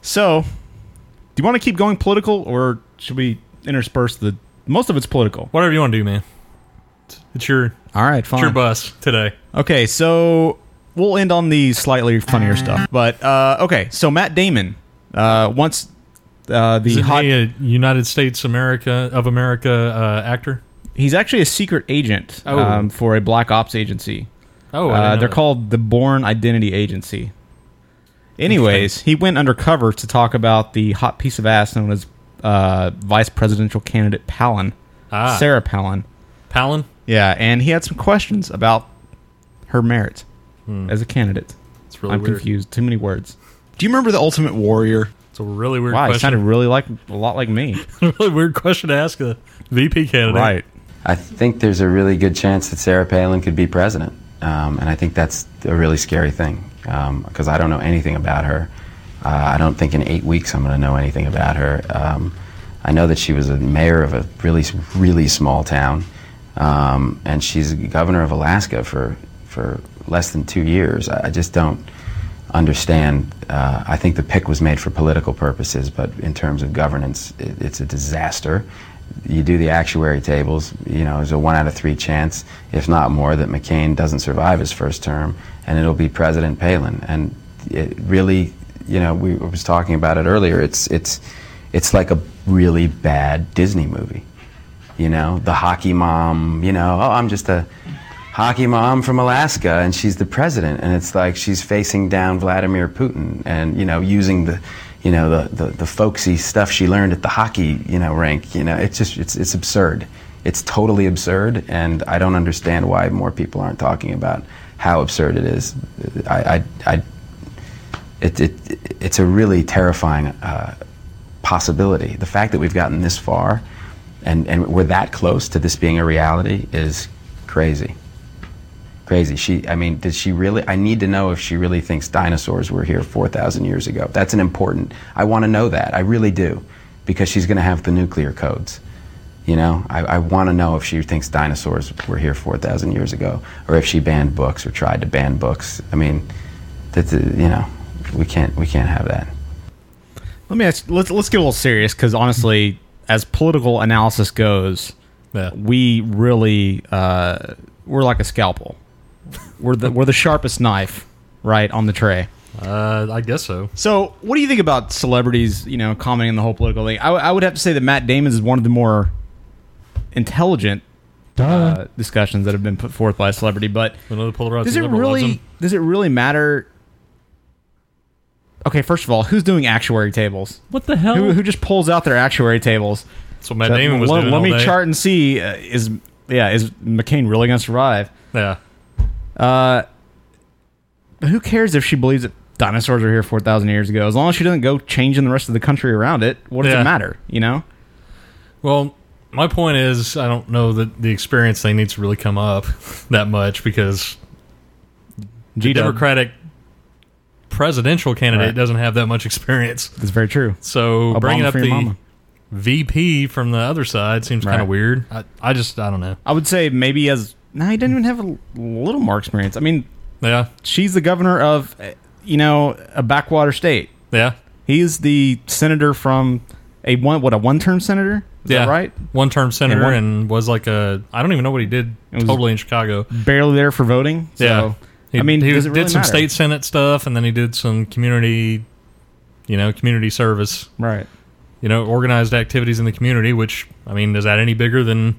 [SPEAKER 5] So, do you want to keep going political, or should we intersperse the most of it's political?
[SPEAKER 1] Whatever you want to do, man. It's your it's
[SPEAKER 5] All right,
[SPEAKER 1] your
[SPEAKER 5] fine.
[SPEAKER 1] bus today.
[SPEAKER 5] Okay, so we'll end on the slightly funnier stuff, but uh, okay. So Matt Damon, uh, once uh, the
[SPEAKER 1] Is
[SPEAKER 5] hot,
[SPEAKER 1] he a United States America of America uh, actor?
[SPEAKER 5] he's actually a secret agent
[SPEAKER 1] Oh.
[SPEAKER 5] um, for a black ops agency.
[SPEAKER 1] Oh, I didn't
[SPEAKER 5] Uh,
[SPEAKER 1] know
[SPEAKER 5] they're
[SPEAKER 1] that.
[SPEAKER 5] called the Born Identity Agency. Anyways, he went undercover to talk about the hot piece of ass known as uh, vice presidential candidate Palin,
[SPEAKER 1] Ah.
[SPEAKER 5] Sarah Palin.
[SPEAKER 1] Palin.
[SPEAKER 5] Yeah, and he had some questions about her merit as a candidate.
[SPEAKER 1] Hmm. It's really
[SPEAKER 5] I'm
[SPEAKER 1] weird.
[SPEAKER 5] confused. Too many words.
[SPEAKER 2] Do you remember the Ultimate Warrior?
[SPEAKER 1] It's a really weird
[SPEAKER 5] Wow, it
[SPEAKER 1] question.
[SPEAKER 5] sounded really like a lot like me.
[SPEAKER 1] really weird question to ask a VP candidate.
[SPEAKER 11] I think there's a really good chance that Sarah Palin could be president, um, and I think that's a really scary thing because I don't know anything about her. Uh, I don't think in eight weeks I'm going to know anything about her. Um, I know that she was a mayor of a really, really small town, um, and she's governor of Alaska for for less than two years. I, I just don't understand. Uh, I think the pick was made for political purposes, but in terms of governance, it, it's a disaster. You do the actuary tables, you know, there's a one out of three chance, if not more, that McCain doesn't survive his first term, and it'll be President Palin. And it really, you know, we was talking about it earlier. It's it's it's like a really bad Disney movie. You know, the hockey mom. You know, oh, I'm just a hockey mom from Alaska, and she's the president, and it's like she's facing down Vladimir Putin, and you know, using the, you know, the, the, the folksy stuff she learned at the hockey, you know, rink. You know, it's just it's it's absurd. It's totally absurd, and I don't understand why more people aren't talking about how absurd it is. I, I, I it, it it's a really terrifying uh, possibility. The fact that we've gotten this far, and and we're that close to this being a reality is crazy crazy. She, I mean, did she really? I need to know if she really thinks dinosaurs were here 4,000 years ago. That's an important. I want to know that. I really do, because she's going to have the nuclear codes. You know, I, I want to know if she thinks dinosaurs were here 4,000 years ago, or if she banned books or tried to ban books. I mean, that's uh, you know, we can't we can't have that.
[SPEAKER 5] Let me ask. Let's let's get a little serious because honestly, as political analysis goes,
[SPEAKER 1] Yeah.
[SPEAKER 5] we really uh, we're like a scalpel. We're the we're the sharpest knife right on the tray.
[SPEAKER 1] Uh, I guess so.
[SPEAKER 5] So, what do you think about celebrities? You know, commenting on the whole political thing. I, w- I would have to say that Matt Damon is one of the more intelligent uh, discussions that have been put forth by a celebrity. But
[SPEAKER 1] Another polarized
[SPEAKER 5] does it
[SPEAKER 1] liberalism.
[SPEAKER 5] really does it really matter? Okay, first of all, who's doing actuary tables?
[SPEAKER 7] What the hell?
[SPEAKER 5] Who, who just pulls out their actuary tables?
[SPEAKER 1] That's what Matt Damon was
[SPEAKER 5] let,
[SPEAKER 1] doing
[SPEAKER 5] let
[SPEAKER 1] all
[SPEAKER 5] me
[SPEAKER 1] day.
[SPEAKER 5] chart and see uh, is yeah is McCain really going to survive?
[SPEAKER 1] Yeah.
[SPEAKER 5] But who cares if she believes it dinosaurs were here 4,000 years ago. As long as she doesn't go changing the rest of the country around it, what does
[SPEAKER 1] Yeah.
[SPEAKER 5] it matter? You know?
[SPEAKER 1] Well, my point is, I don't know that the experience thing needs to really come up that much because the
[SPEAKER 5] G-Dub.
[SPEAKER 1] Democratic presidential candidate
[SPEAKER 5] Right.
[SPEAKER 1] doesn't have that much experience.
[SPEAKER 5] That's very true.
[SPEAKER 1] So
[SPEAKER 5] Obama
[SPEAKER 1] bringing up
[SPEAKER 5] for your
[SPEAKER 1] the
[SPEAKER 5] mama.
[SPEAKER 1] VP from the other side seems kind
[SPEAKER 5] Right.
[SPEAKER 1] of weird. I, I just I don't know.
[SPEAKER 5] I would say maybe as no, he didn't even have a l- little more experience. I mean,
[SPEAKER 1] yeah,
[SPEAKER 5] she's the governor of eh, you know a backwater state.
[SPEAKER 1] Yeah,
[SPEAKER 5] he's the senator from a one what a one term senator. Is
[SPEAKER 1] yeah,
[SPEAKER 5] that right.
[SPEAKER 1] One term senator
[SPEAKER 5] And one-
[SPEAKER 1] and was like a I don't even know what he did
[SPEAKER 5] was-
[SPEAKER 1] totally in Chicago.
[SPEAKER 5] Barely there for voting. So,
[SPEAKER 1] yeah, he,
[SPEAKER 5] I mean,
[SPEAKER 1] he
[SPEAKER 5] does it
[SPEAKER 1] did
[SPEAKER 5] really
[SPEAKER 1] some
[SPEAKER 5] matter?
[SPEAKER 1] state senate stuff and then he did some community, you know, community service.
[SPEAKER 5] Right.
[SPEAKER 1] You know, organized activities in the community. Which I mean, is that any bigger than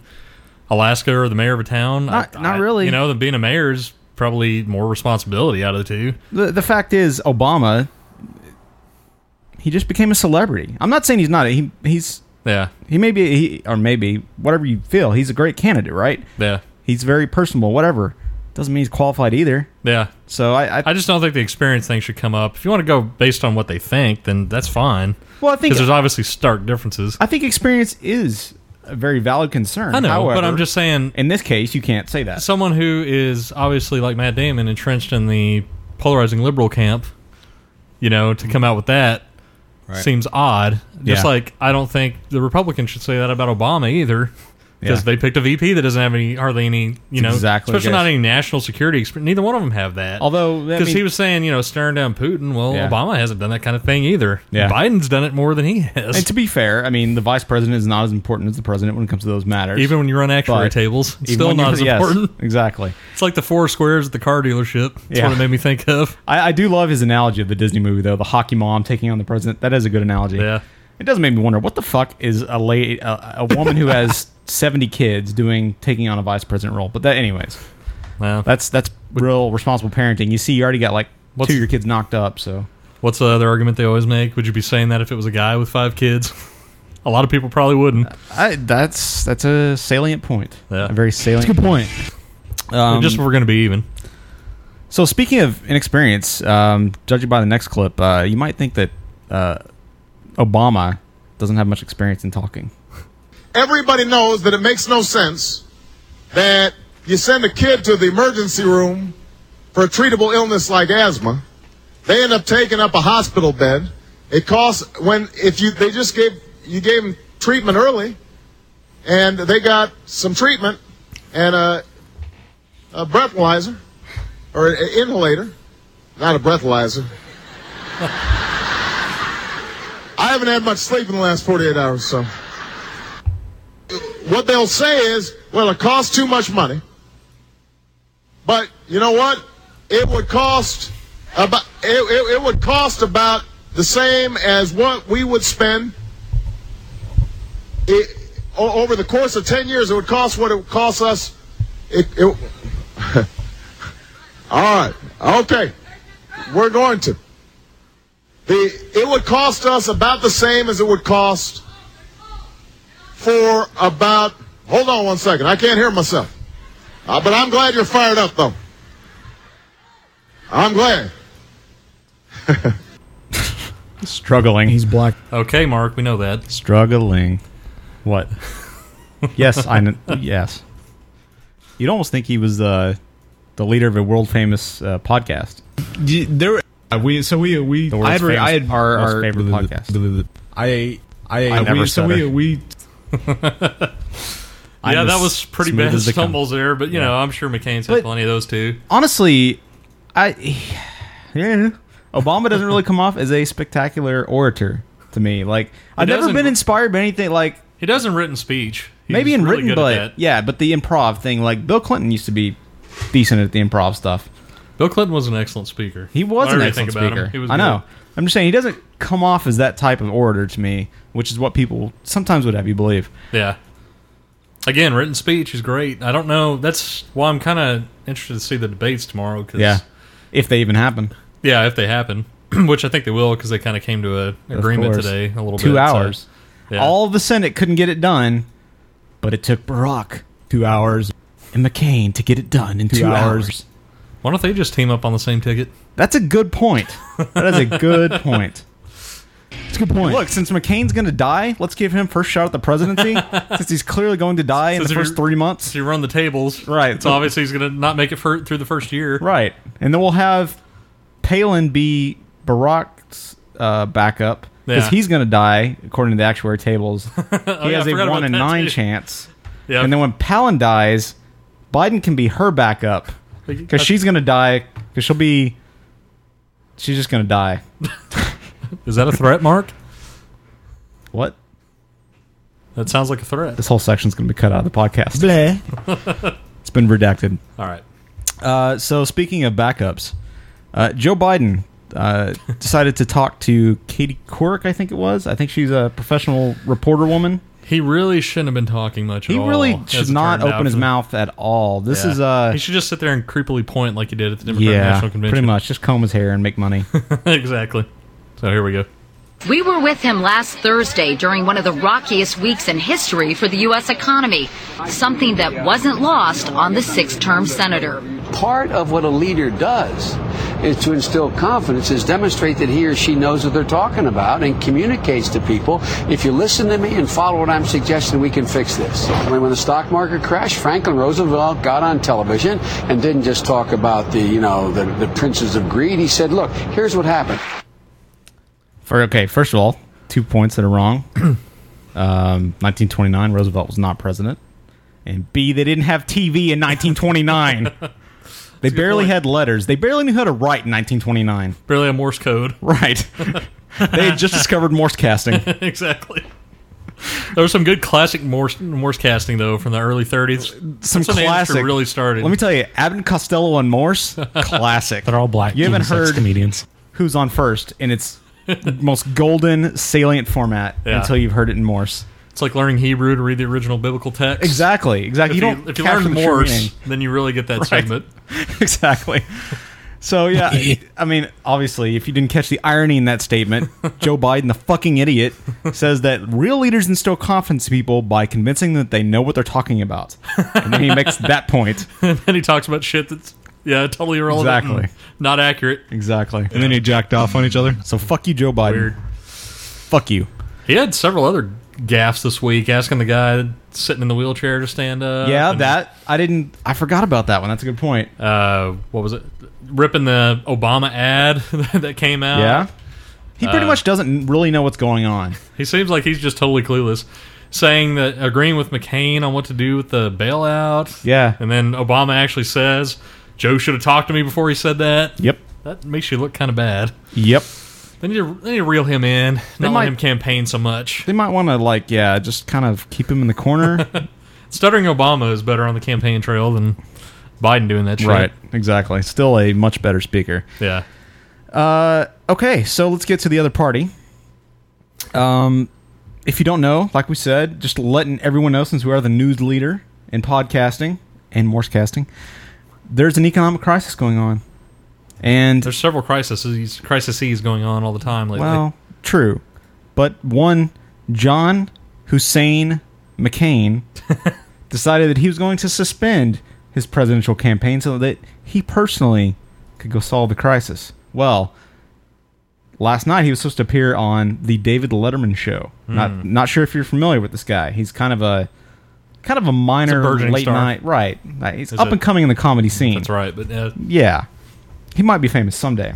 [SPEAKER 1] Alaska or the mayor of a town? Not,
[SPEAKER 5] not really.
[SPEAKER 1] You know, than being a mayor is probably more responsibility out of the two.
[SPEAKER 5] The the fact is Obama. He just became a celebrity. I'm not saying he's not. He he's
[SPEAKER 1] yeah.
[SPEAKER 5] He may be he or maybe whatever you feel. He's a great candidate, right?
[SPEAKER 1] Yeah.
[SPEAKER 5] He's very personable. Whatever doesn't mean he's qualified either.
[SPEAKER 1] Yeah.
[SPEAKER 5] So I, I,
[SPEAKER 1] I just don't think the experience thing should come up. If you want to go based on what they think, then that's fine.
[SPEAKER 5] Well, I think-
[SPEAKER 1] 'Cause there's obviously stark differences.
[SPEAKER 5] I think experience is a very valid concern.
[SPEAKER 1] I know,
[SPEAKER 5] However,
[SPEAKER 1] but I'm just saying.
[SPEAKER 5] In this case, you can't say that.
[SPEAKER 1] Someone who is obviously like Matt Damon entrenched in the polarizing liberal camp, you know, to come out with that
[SPEAKER 5] Right.
[SPEAKER 1] seems odd. Just
[SPEAKER 5] Yeah.
[SPEAKER 1] like I don't think the Republicans should say that about Obama either. Because
[SPEAKER 5] Yeah.
[SPEAKER 1] they picked a VP that doesn't have any hardly any you know
[SPEAKER 5] Exactly,
[SPEAKER 1] especially
[SPEAKER 5] yes.
[SPEAKER 1] not any national security experience. Neither one of them have that.
[SPEAKER 5] Although, I
[SPEAKER 1] because
[SPEAKER 5] mean-
[SPEAKER 1] he was saying you know staring down Putin, well
[SPEAKER 5] Yeah.
[SPEAKER 1] Obama hasn't done that kind of thing either.
[SPEAKER 5] Yeah.
[SPEAKER 1] Biden's done it more than he has.
[SPEAKER 5] And to be fair, I mean, the vice president is not as important as the president when it comes to those matters.
[SPEAKER 1] Even when you run actuary
[SPEAKER 5] But
[SPEAKER 1] tables, it's
[SPEAKER 5] even
[SPEAKER 1] still
[SPEAKER 5] when you-
[SPEAKER 1] not as
[SPEAKER 5] yes,
[SPEAKER 1] important.
[SPEAKER 5] exactly.
[SPEAKER 1] It's like the four squares at the car dealership. That's
[SPEAKER 5] Yeah.
[SPEAKER 1] what it made me think of.
[SPEAKER 5] I, I do love his analogy of the Disney movie, though. The hockey mom taking on the president. That is a good analogy. Yeah. It does make me wonder what the fuck is a lay a, a woman who has seventy kids doing taking on a vice president role? But that, anyways, that's that's real responsible parenting. You see, you already got like two of your kids knocked up. So
[SPEAKER 1] What's the other argument they always make? Would you be saying that if it was a guy with five kids? a lot of people probably wouldn't.
[SPEAKER 5] I, that's that's a salient point.
[SPEAKER 1] Yeah.
[SPEAKER 5] A very salient.
[SPEAKER 1] That's a good
[SPEAKER 5] point. Um,
[SPEAKER 1] Just we're going to be even.
[SPEAKER 5] So speaking of inexperience, um, judging by the next clip, uh, you might think that uh, Obama doesn't have much experience in talking.
[SPEAKER 12] Everybody knows that it makes no sense that you send a kid to the emergency room for a treatable illness like asthma. They end up taking up a hospital bed. It costs when if you they just gave you gave them treatment early, and they got some treatment and a, a breathalyzer or an inhalator, not a breathalyzer. I haven't had much sleep in the last 48 hours, so what they'll say is, well, it costs too much money. But you know what? It would cost about it, it, it would cost about the same as what we would spend it, o- over the course of ten years. It would cost what it would cost us. It, it, all right, okay, we're going to. The, it would cost us about the same as it would cost for about. Hold on one second. I can't hear myself. Uh, but I'm glad you're fired up, though. I'm glad.
[SPEAKER 5] Struggling. He's black.
[SPEAKER 1] Okay, Mark, we know that.
[SPEAKER 5] Struggling. What? yes, I kn- yes. You'd almost think he was the the leader of a world famous uh, podcast.
[SPEAKER 9] Y- There, uh, we so we we.
[SPEAKER 5] The world's
[SPEAKER 9] I had, re-
[SPEAKER 5] famous-
[SPEAKER 9] I had
[SPEAKER 5] our-
[SPEAKER 9] most
[SPEAKER 5] our-
[SPEAKER 9] favorite
[SPEAKER 5] blah, blah,
[SPEAKER 9] podcast. I I,
[SPEAKER 5] I never
[SPEAKER 9] we, so we
[SPEAKER 5] stutter.
[SPEAKER 9] we.
[SPEAKER 5] I'm
[SPEAKER 1] yeah, that
[SPEAKER 5] as
[SPEAKER 1] was pretty
[SPEAKER 5] smooth
[SPEAKER 1] bad
[SPEAKER 5] as they come.
[SPEAKER 1] stumbles there, but you know, I'm sure McCain's had plenty of those too.
[SPEAKER 5] Honestly, I yeah. Obama doesn't really come off as a spectacular orator to me. Like I've never
[SPEAKER 1] doesn't-
[SPEAKER 5] been inspired by anything like
[SPEAKER 1] He does in written speech. He's
[SPEAKER 5] Maybe in
[SPEAKER 1] really
[SPEAKER 5] written,
[SPEAKER 1] good at that.
[SPEAKER 5] but yeah, but the improv thing, like Bill Clinton used to be decent at the improv stuff.
[SPEAKER 1] Bill Clinton was an excellent speaker.
[SPEAKER 5] He was an
[SPEAKER 1] Whatever you
[SPEAKER 5] excellent
[SPEAKER 1] think about
[SPEAKER 5] speaker.
[SPEAKER 1] Him, he was
[SPEAKER 5] I
[SPEAKER 1] good.
[SPEAKER 5] know. I'm just saying he doesn't come off as that type of orator to me, which is what people sometimes would have you believe.
[SPEAKER 1] Yeah. Again, written speech is great. I don't know. That's why I'm kind of interested to see the debates tomorrow. Cause
[SPEAKER 5] Yeah, if they even happen.
[SPEAKER 1] Yeah, if they happen, which I think they will, because they kind of came to an
[SPEAKER 5] Of
[SPEAKER 1] agreement
[SPEAKER 5] course.
[SPEAKER 1] today. A little
[SPEAKER 5] two
[SPEAKER 1] bit, so-
[SPEAKER 5] hours.
[SPEAKER 1] yeah.
[SPEAKER 5] All the Senate couldn't get it done, but it took Barack two hours and McCain to get it done in two,
[SPEAKER 9] Two hours.
[SPEAKER 5] hours.
[SPEAKER 1] Why don't they just team up on the same ticket?
[SPEAKER 5] That's a good point. That is a good point. It's a good point. Look, since McCain's going to die, let's give him first shot at the presidency. since he's clearly going to die in
[SPEAKER 1] Since
[SPEAKER 5] the
[SPEAKER 1] you're-
[SPEAKER 5] first three months,
[SPEAKER 1] So you run the tables,
[SPEAKER 5] right?
[SPEAKER 1] It's obviously he's going to not make it for, through the first year,
[SPEAKER 5] Right. And then we'll have Palin be Barack's uh, backup because
[SPEAKER 1] Yeah. Oh,
[SPEAKER 5] he's going to die according to the actuary tables. he
[SPEAKER 1] yeah, I
[SPEAKER 5] has
[SPEAKER 1] forgot
[SPEAKER 5] a
[SPEAKER 1] about
[SPEAKER 5] one in
[SPEAKER 1] that,
[SPEAKER 5] nine
[SPEAKER 1] too.
[SPEAKER 5] chance.
[SPEAKER 1] Yeah.
[SPEAKER 5] And then when Palin dies, Biden can be her backup because she's going to die because she'll be. She's just going to die.
[SPEAKER 1] Is that a threat, Mark?
[SPEAKER 5] What?
[SPEAKER 1] That sounds like a threat.
[SPEAKER 5] This whole section's going to be cut out of the podcast. it's been redacted.
[SPEAKER 1] All right.
[SPEAKER 5] Uh, so speaking of backups, uh, Joe Biden uh, decided to talk to Katie Couric, I think it was. I think she's a professional reporter woman.
[SPEAKER 1] He really shouldn't have been talking much.
[SPEAKER 5] He
[SPEAKER 1] at all,
[SPEAKER 5] really
[SPEAKER 1] as
[SPEAKER 5] should
[SPEAKER 1] it
[SPEAKER 5] not
[SPEAKER 1] turned
[SPEAKER 5] open
[SPEAKER 1] out.
[SPEAKER 5] his mouth at all. This
[SPEAKER 1] Yeah.
[SPEAKER 5] is uh
[SPEAKER 1] he should just sit there and creepily point like he did at the Democratic
[SPEAKER 5] yeah,
[SPEAKER 1] National Convention.
[SPEAKER 5] pretty much just comb his hair and make money.
[SPEAKER 1] exactly. So here we go.
[SPEAKER 13] We were with him last Thursday during one of the rockiest weeks in history for the U.S. economy, something that wasn't lost on the six term senator.
[SPEAKER 14] Part of what a leader does is to instill confidence, is demonstrate that he or she knows what they're talking about and communicates to people. If you listen to me and follow what I'm suggesting, we can fix this. When, when the stock market crashed, Franklin Roosevelt got on television and didn't just talk about the, you know, the, the princes of greed. He said, look, here's what happened.
[SPEAKER 5] For okay, first of all, two points that are wrong. um, 1929, Roosevelt was not president, and B, they didn't have TV in 1929. they barely had letters. They barely knew how to write in 1929.
[SPEAKER 1] Barely a Morse code.
[SPEAKER 5] Right. they had just discovered Morse casting.
[SPEAKER 1] exactly. There was some good classic Morse, Morse casting though from the early 30s.
[SPEAKER 5] Some
[SPEAKER 1] That's when the industry
[SPEAKER 5] classic.
[SPEAKER 1] really started.
[SPEAKER 5] Let me tell you, Abbott Costello and Morse, classic. They're all black. You haven't
[SPEAKER 1] Jesus, that's
[SPEAKER 5] heard comedians who's on first in its most golden salient format
[SPEAKER 1] Yeah.
[SPEAKER 5] until you've heard it in Morse.
[SPEAKER 1] It's like learning Hebrew to read the original biblical text.
[SPEAKER 5] Exactly. Exactly.
[SPEAKER 1] If
[SPEAKER 5] you
[SPEAKER 1] you,
[SPEAKER 5] don't
[SPEAKER 1] if you
[SPEAKER 5] capture
[SPEAKER 1] learn
[SPEAKER 5] the true
[SPEAKER 1] Morse,
[SPEAKER 5] meaning.
[SPEAKER 1] then you really get that
[SPEAKER 5] Right.
[SPEAKER 1] segment.
[SPEAKER 5] exactly. So yeah, I- I mean, obviously, if you didn't catch the irony in that statement, Joe Biden, the fucking idiot, says that real leaders instill confidence in people by convincing them that they know what they're talking about, and then he makes that point.
[SPEAKER 1] and he talks about shit that's yeah, totally irrelevant.
[SPEAKER 5] Exactly.
[SPEAKER 1] and Not accurate.
[SPEAKER 5] Exactly. And then he jacked off on each other. So fuck you, Joe Biden. Fuck you.
[SPEAKER 1] He had several other gaffes this week, asking the guy sitting in the wheelchair to stand up.
[SPEAKER 5] yeah,
[SPEAKER 1] Uh, and,
[SPEAKER 5] that I didn't. I forgot about that one. That's a good point.
[SPEAKER 1] Uh, what was it? Ripping the Obama ad that came out.
[SPEAKER 5] yeah. He pretty
[SPEAKER 1] Uh,
[SPEAKER 5] much doesn't really know what's going on.
[SPEAKER 1] He seems like he's just totally clueless, saying that agreeing with McCain on what to do with the bailout.
[SPEAKER 5] Yeah.
[SPEAKER 1] and then Obama actually says Joe should have talked to me before he said that.
[SPEAKER 5] Yep.
[SPEAKER 1] that makes you look kind of bad.
[SPEAKER 5] Yep.
[SPEAKER 1] They need to, they need to reel him in.
[SPEAKER 5] They
[SPEAKER 1] not
[SPEAKER 5] might-
[SPEAKER 1] let him campaign so much.
[SPEAKER 5] They might want to like, yeah, just kind of keep him in the corner.
[SPEAKER 1] Stuttering Obama is better on the campaign trail than Biden doing that shit.
[SPEAKER 5] Right. Exactly. Still a much better speaker.
[SPEAKER 1] Yeah.
[SPEAKER 5] Uh, okay, so let's get to the other party. Um, if you don't know, like we said, just letting everyone know since we are the news leader in podcasting and Morsecasting, there's an economic crisis going on. And
[SPEAKER 1] There's several crises crises going on all the time lately.
[SPEAKER 5] well, true, but one John Hussein McCain decided that he was going to suspend his presidential campaign so that he personally could go solve the crisis. Well, last night he was supposed to appear on the David Letterman show. Not
[SPEAKER 1] Hmm.
[SPEAKER 5] not sure if you're familiar with this guy. He's kind of a kind of a minor
[SPEAKER 1] burgeoning
[SPEAKER 5] late
[SPEAKER 1] star.
[SPEAKER 5] night, right? Like, He's
[SPEAKER 1] Is
[SPEAKER 5] up
[SPEAKER 1] it-
[SPEAKER 5] and coming in the comedy scene.
[SPEAKER 1] That's right, but uh,
[SPEAKER 5] Yeah. He might be famous someday.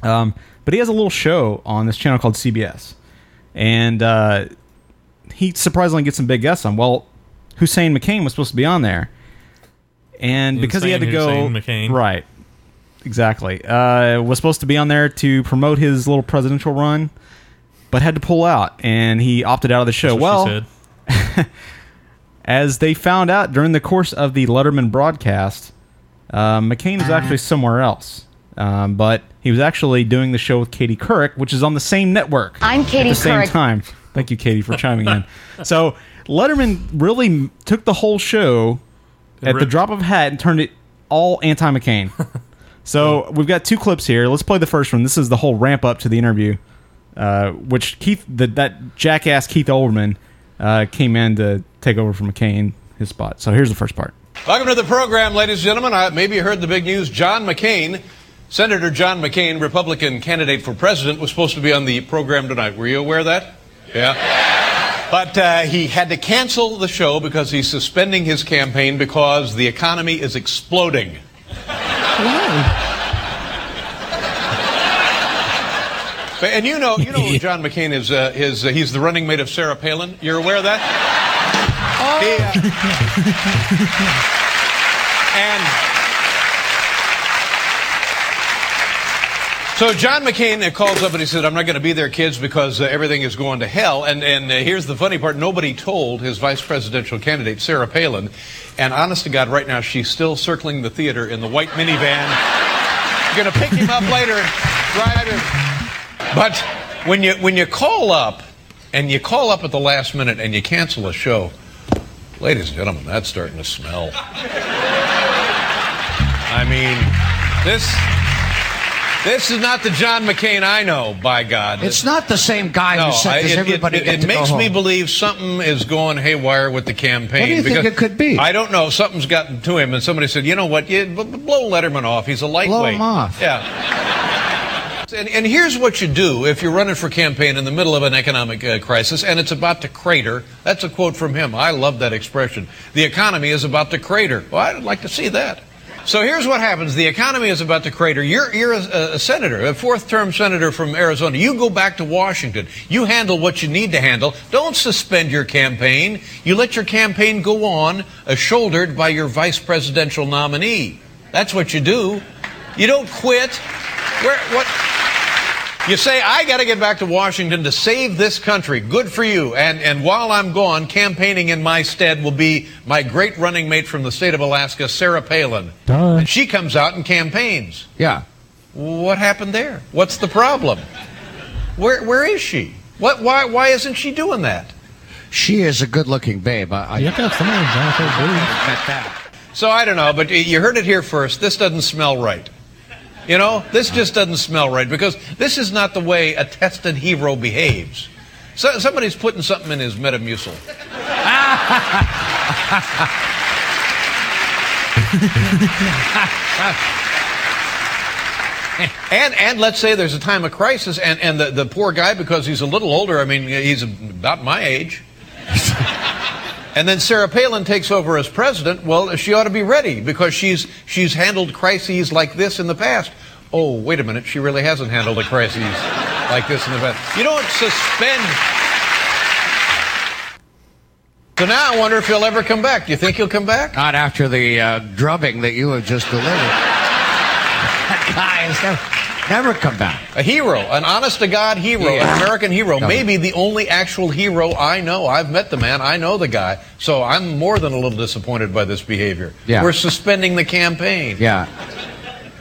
[SPEAKER 5] Um, but he has a little show on this channel called CBS. And uh, he surprisingly gets some big guests on. Well, Hussein McCain was supposed to be on there. And because he had to
[SPEAKER 1] Insane
[SPEAKER 5] go.
[SPEAKER 1] Hussein McCain.
[SPEAKER 5] Right. Exactly. Uh, was supposed to be on there to promote his little presidential run, but had to pull out. And he opted out of the show.
[SPEAKER 1] what she
[SPEAKER 5] well,
[SPEAKER 1] said.
[SPEAKER 5] as they found out during the course of the Letterman broadcast, uh, McCain
[SPEAKER 13] Uh-huh.
[SPEAKER 5] was actually somewhere else. Um, but he was actually doing the show with Katie Couric, which is on the same network.
[SPEAKER 13] I'm Katie
[SPEAKER 5] At the same
[SPEAKER 13] Couric.
[SPEAKER 5] time. Thank you, Katie, for chiming in. So Letterman really m- took the whole show at the drop of a hat and turned it all anti-McCain. so we've got two clips here. Let's play the first one. This is the whole ramp up to the interview, uh, which Keith, the, that jackass Keith Olbermann, uh, came in to take over from McCain his spot. So here's the first part.
[SPEAKER 15] Welcome to the program, ladies and gentlemen. I, maybe you heard the big news. John McCain, Senator John McCain, Republican candidate for president, was supposed to be on the program tonight. Were you aware of that? Yeah. But uh, he had to cancel the show because he's suspending his campaign because the economy is exploding. But- And you know, you know who John McCain is. Uh, his, uh, he's the running mate of Sarah Palin. You're aware of that? uh, And so John McCain uh, calls up and he said, "I'm not going to be there, kids, because uh, everything is going to hell." And and uh, here's the funny part: nobody told his vice presidential candidate Sarah Palin. And honest to God, right now she's still circling the theater in the white minivan. going to pick him up later, ride him. But when you when you call up and you call up at the last minute and you cancel a show, ladies and gentlemen, that's starting to smell. I mean, this this is not the John McCain I know. By God,
[SPEAKER 16] It's not the same guy
[SPEAKER 15] no,
[SPEAKER 16] who
[SPEAKER 15] I-
[SPEAKER 16] said,
[SPEAKER 15] it,
[SPEAKER 16] "Does
[SPEAKER 15] it-
[SPEAKER 16] everybody
[SPEAKER 15] it-
[SPEAKER 16] get
[SPEAKER 15] it
[SPEAKER 16] to go
[SPEAKER 15] makes me
[SPEAKER 16] home?"
[SPEAKER 15] believe something is going haywire with the campaign.
[SPEAKER 16] What do you think
[SPEAKER 15] because
[SPEAKER 16] it could be?
[SPEAKER 15] I don't know. Something's gotten to him, and somebody said, "You know what? You, b- b- blow Letterman off. He's a lightweight."
[SPEAKER 16] him off.
[SPEAKER 15] Yeah. And, and here's what you do if you're running for campaign in the middle of an economic uh, crisis and it's about to crater. That's a quote from him. I love that expression. The economy is about to crater. Well, I'd like to see that. So here's what happens. The economy is about to crater. You're, you're a, a senator, a fourth term senator from Arizona. You go back to Washington. You handle what you need to handle. Don't suspend your campaign. You let your campaign go on, uh, shouldered by your vice presidential nominee. That's what you do. You don't quit. Where, what? You say, I got to get back to Washington to save this country. Good for you. And, and while I'm gone, campaigning in my stead will be my great running mate from the state of Alaska, Sarah Palin. And she comes out and campaigns.
[SPEAKER 16] Yeah.
[SPEAKER 15] What happened there? What's the problem? Where, where is she? What, why, why isn't she doing that?
[SPEAKER 16] She is a good-looking babe. I, I, you got some that.
[SPEAKER 15] So I don't know, but y- you heard it here first. This doesn't smell right. You know, this just doesn't smell right because this is not the way a tested hero behaves. So, somebody's putting something in his Metamucil. and and let's say there's a time of crisis, and and the, the poor guy because he's a little older. I mean, he's about my age. and then Sarah Palin takes over as president. Well, she ought to be ready because she's she's handled crises like this in the past. Oh, wait a minute, she really hasn't handled a crisis like this in the past. You don't suspend. So now I wonder if he'll ever come back. Do you think he'll come back?
[SPEAKER 16] Not after the uh, drubbing that you have just delivered. that guy has never, never come back.
[SPEAKER 15] A hero, an honest to God hero,
[SPEAKER 16] Yeah.
[SPEAKER 15] an American hero,
[SPEAKER 16] No.
[SPEAKER 15] maybe the only actual hero I know. I've met the man, I know the guy. So I'm more than a little disappointed by this behavior.
[SPEAKER 16] Yeah.
[SPEAKER 15] We're suspending the campaign.
[SPEAKER 16] Yeah.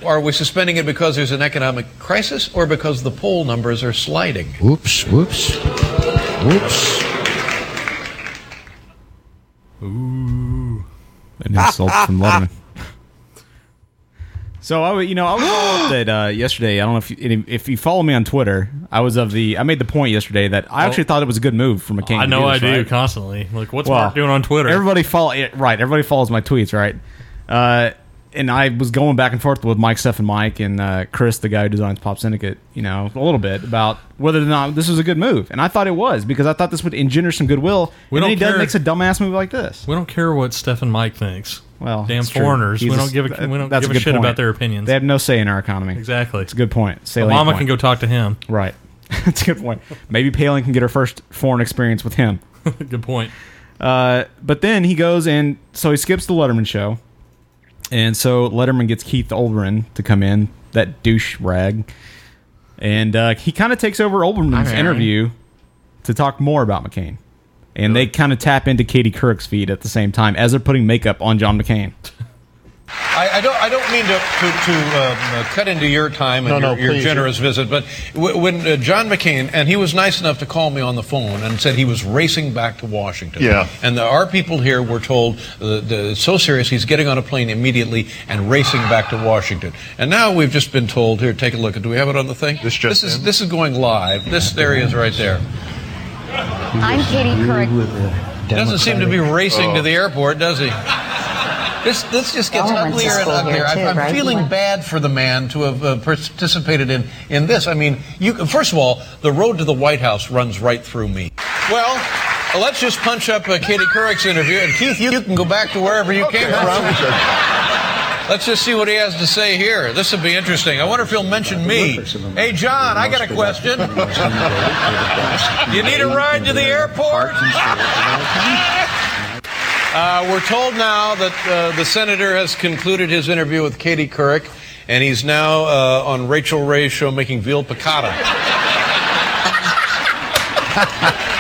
[SPEAKER 15] Are we suspending it because there's an economic crisis or because the poll numbers are sliding?
[SPEAKER 16] Whoops, whoops, whoops.
[SPEAKER 5] Ooh. An insult from Letterman. So I, would- you know, I was all up that uh, yesterday. I don't know if you, any- if you follow me on Twitter. I was of the. I made the point yesterday that I
[SPEAKER 1] Oh.
[SPEAKER 5] actually thought it was a good move from McCain.
[SPEAKER 1] I
[SPEAKER 5] to
[SPEAKER 1] know I
[SPEAKER 5] this,
[SPEAKER 1] do
[SPEAKER 5] right?
[SPEAKER 1] constantly. Like, what's
[SPEAKER 5] Well,
[SPEAKER 1] Mark doing on Twitter?
[SPEAKER 5] Everybody follow it right. Everybody follows my tweets right. Uh, and I was going back and forth with Mike, Steph, and Mike, and uh, Chris, the guy who designs Pop Syndicate. You know, a little bit about whether or not this was a good move, and I thought it was because I thought this would engender some goodwill.
[SPEAKER 1] We
[SPEAKER 5] and
[SPEAKER 1] don't
[SPEAKER 5] then he does
[SPEAKER 1] care.
[SPEAKER 5] makes a dumbass move like this.
[SPEAKER 1] We don't care what Steph and Mike thinks.
[SPEAKER 5] Well,
[SPEAKER 1] damn
[SPEAKER 5] it's true.
[SPEAKER 1] foreigners.
[SPEAKER 5] He's
[SPEAKER 1] we
[SPEAKER 5] a-
[SPEAKER 1] don't give a,
[SPEAKER 5] that-
[SPEAKER 1] we don't
[SPEAKER 5] that's
[SPEAKER 1] give a,
[SPEAKER 5] good
[SPEAKER 1] shit
[SPEAKER 5] point.
[SPEAKER 1] about their opinions.
[SPEAKER 5] They have no say in our economy.
[SPEAKER 1] Exactly. It's a
[SPEAKER 5] good point. Salient
[SPEAKER 1] Obama
[SPEAKER 5] point.
[SPEAKER 1] can go talk to him.
[SPEAKER 5] Right. That's a good point. Maybe Palin can get her first foreign experience with him.
[SPEAKER 1] good point.
[SPEAKER 5] Uh, but then he goes and so he skips the Letterman show, and so Letterman gets Keith Olbermann to come in, that douche rag, and uh, he kind of takes over Olbermann's
[SPEAKER 16] Hi, man.
[SPEAKER 5] interview to talk more about McCain, and they kind of tap into Katie Couric's feed at the same time as they're putting makeup on John McCain.
[SPEAKER 15] I, I don't. I don't mean to to, to um, uh, cut into your time and
[SPEAKER 5] No, no,
[SPEAKER 15] your, your
[SPEAKER 5] please.
[SPEAKER 15] generous visit, but w- when uh, John McCain and he was nice enough to call me on the phone and said he was racing back to Washington.
[SPEAKER 17] Yeah.
[SPEAKER 15] And the, our people here were told uh, the, it's so serious he's getting on a plane immediately and racing back to Washington. And now we've just been told here. Take a look. Do we have it on the thing? This just. This is this is going live. This there he is right there.
[SPEAKER 13] I'm Katie Couric.
[SPEAKER 16] Oh.
[SPEAKER 15] He doesn't seem to be racing to the airport, does he? This this just gets
[SPEAKER 17] Ella went to
[SPEAKER 15] uglier and
[SPEAKER 17] school here,
[SPEAKER 15] uglier.
[SPEAKER 17] too,
[SPEAKER 15] I'm, I'm
[SPEAKER 17] right?
[SPEAKER 15] feeling
[SPEAKER 17] You went-
[SPEAKER 15] bad for the man to have uh, participated in in this. I mean, you can- first of all, the road to the White House runs right through me. Well. Let's just punch up uh, Katie Couric's interview, and Keith, you can go back to wherever you came from. Let's just see what he has to say here. This would be interesting. I wonder if he'll mention me. Hey, John, I got a question. You need a ride to the airport? Uh, we're told now that uh, the senator has concluded his interview with Katie Couric, and he's now uh, on Rachel Ray's show making veal piccata.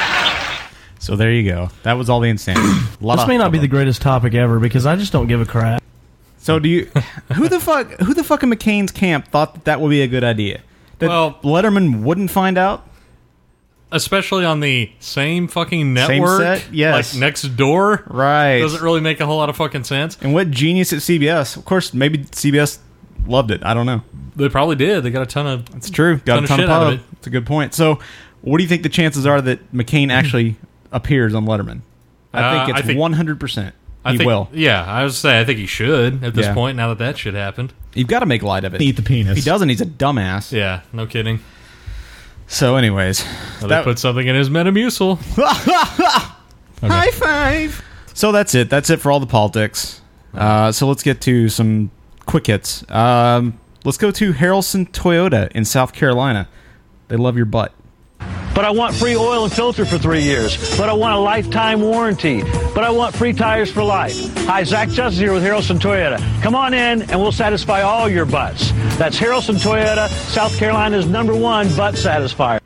[SPEAKER 5] So there you go. That was all the insanity. A lot
[SPEAKER 18] This
[SPEAKER 5] of-
[SPEAKER 18] may not be the greatest topic ever because I just don't give a crap.
[SPEAKER 5] So do you? who the fuck? Who the fuck in McCain's camp thought that, that would be a good idea? That well, Letterman wouldn't find out.
[SPEAKER 1] Especially on the same fucking
[SPEAKER 5] Same
[SPEAKER 1] network.
[SPEAKER 5] set? Yes.
[SPEAKER 1] Like next door.
[SPEAKER 5] Right.
[SPEAKER 1] Doesn't really make a whole lot of fucking sense.
[SPEAKER 5] And what genius at CBS? Of course, maybe CBS loved it. I don't know.
[SPEAKER 1] They probably did. They got a ton of.
[SPEAKER 5] It's true. Got
[SPEAKER 1] ton
[SPEAKER 5] a ton of
[SPEAKER 1] of shit out of
[SPEAKER 5] pub.
[SPEAKER 1] it.
[SPEAKER 5] It's a good point. So, what do you think the chances are that McCain actually appears on Letterman? I
[SPEAKER 1] Uh,
[SPEAKER 5] think
[SPEAKER 1] I
[SPEAKER 5] it's
[SPEAKER 1] think-
[SPEAKER 5] one hundred percent.
[SPEAKER 1] I
[SPEAKER 5] He
[SPEAKER 1] think,
[SPEAKER 5] will.
[SPEAKER 1] Yeah, I would say I think he should at this
[SPEAKER 5] Yeah.
[SPEAKER 1] point. Now that that shit happened.
[SPEAKER 5] You've got to make light of it.
[SPEAKER 1] Eat the penis.
[SPEAKER 5] If he doesn't. He's a dumbass.
[SPEAKER 1] Yeah, no kidding.
[SPEAKER 5] So, anyways,
[SPEAKER 1] Well, they put something in his Metamucil.
[SPEAKER 5] High
[SPEAKER 2] five.
[SPEAKER 5] So that's it. That's it for all the politics.
[SPEAKER 1] Uh-huh.
[SPEAKER 5] Uh, so let's get to some quick hits. Um, let's go to Harrelson Toyota in South Carolina. They love your butt.
[SPEAKER 19] But I want free oil and filter for three years. But I want a lifetime warranty. But I want free tires for life. Hi, Zach Justice here with Harrelson Toyota. Come on in and we'll satisfy all your butts. That's Harrelson Toyota, South Carolina's number one butt satisfier.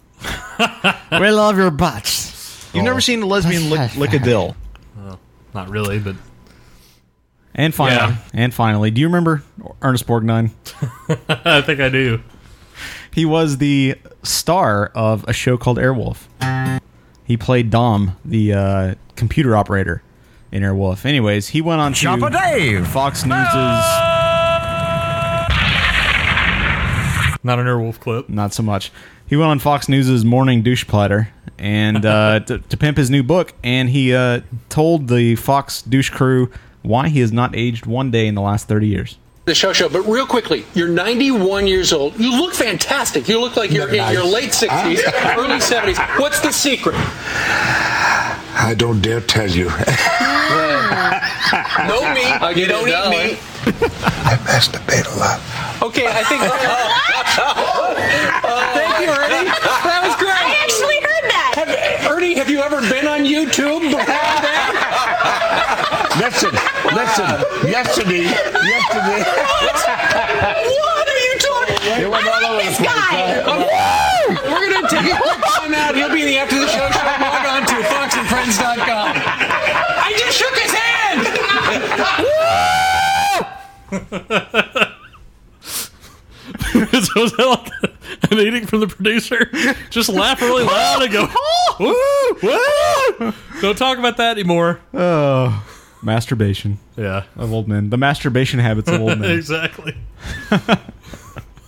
[SPEAKER 5] we love your butts.
[SPEAKER 2] You've never seen a lesbian lick, lick a dill.
[SPEAKER 1] Well, not really, but
[SPEAKER 5] And finally,
[SPEAKER 1] Yeah.
[SPEAKER 5] and finally, do you remember Ernest Borgnine?
[SPEAKER 1] I think I do.
[SPEAKER 5] He was the star of a show called Airwolf. He played Dom, the uh, computer operator in Airwolf. Anyways, he went on to
[SPEAKER 16] Chopper Dave.
[SPEAKER 5] Fox News's
[SPEAKER 1] not an Airwolf clip.
[SPEAKER 5] Not so much. He went on Fox News's Morning Douche Platter and uh, to, to pimp his new book, and he uh, told the Fox douche crew why he has not aged one day in the last thirty years.
[SPEAKER 20] the show show, but real quickly, you're 91 years old. You look fantastic. You look like you're in your late 60s, early 70s. What's the secret?
[SPEAKER 21] I don't dare tell you.
[SPEAKER 20] No meat. You don't eat meat.
[SPEAKER 21] I masturbate a lot.
[SPEAKER 20] Okay, I think. Oh, Thank you, Ernie. That was great. I actually heard that. Have, Ernie, have you ever been on YouTube before that?
[SPEAKER 16] Listen, listen. Yesterday, yesterday.
[SPEAKER 20] what are you talking?
[SPEAKER 16] It went all over the place.
[SPEAKER 20] Okay. We're gonna take a quick time out. He'll be in the after the show show. Log on to foxandfriends.com. I just shook his hand.
[SPEAKER 1] so was that like an edict from the producer? Just laugh really loud and go, woo, woo. Don't talk about that anymore.
[SPEAKER 5] Oh, masturbation.
[SPEAKER 1] Yeah,
[SPEAKER 5] of old men. The masturbation habits of old men.
[SPEAKER 1] exactly.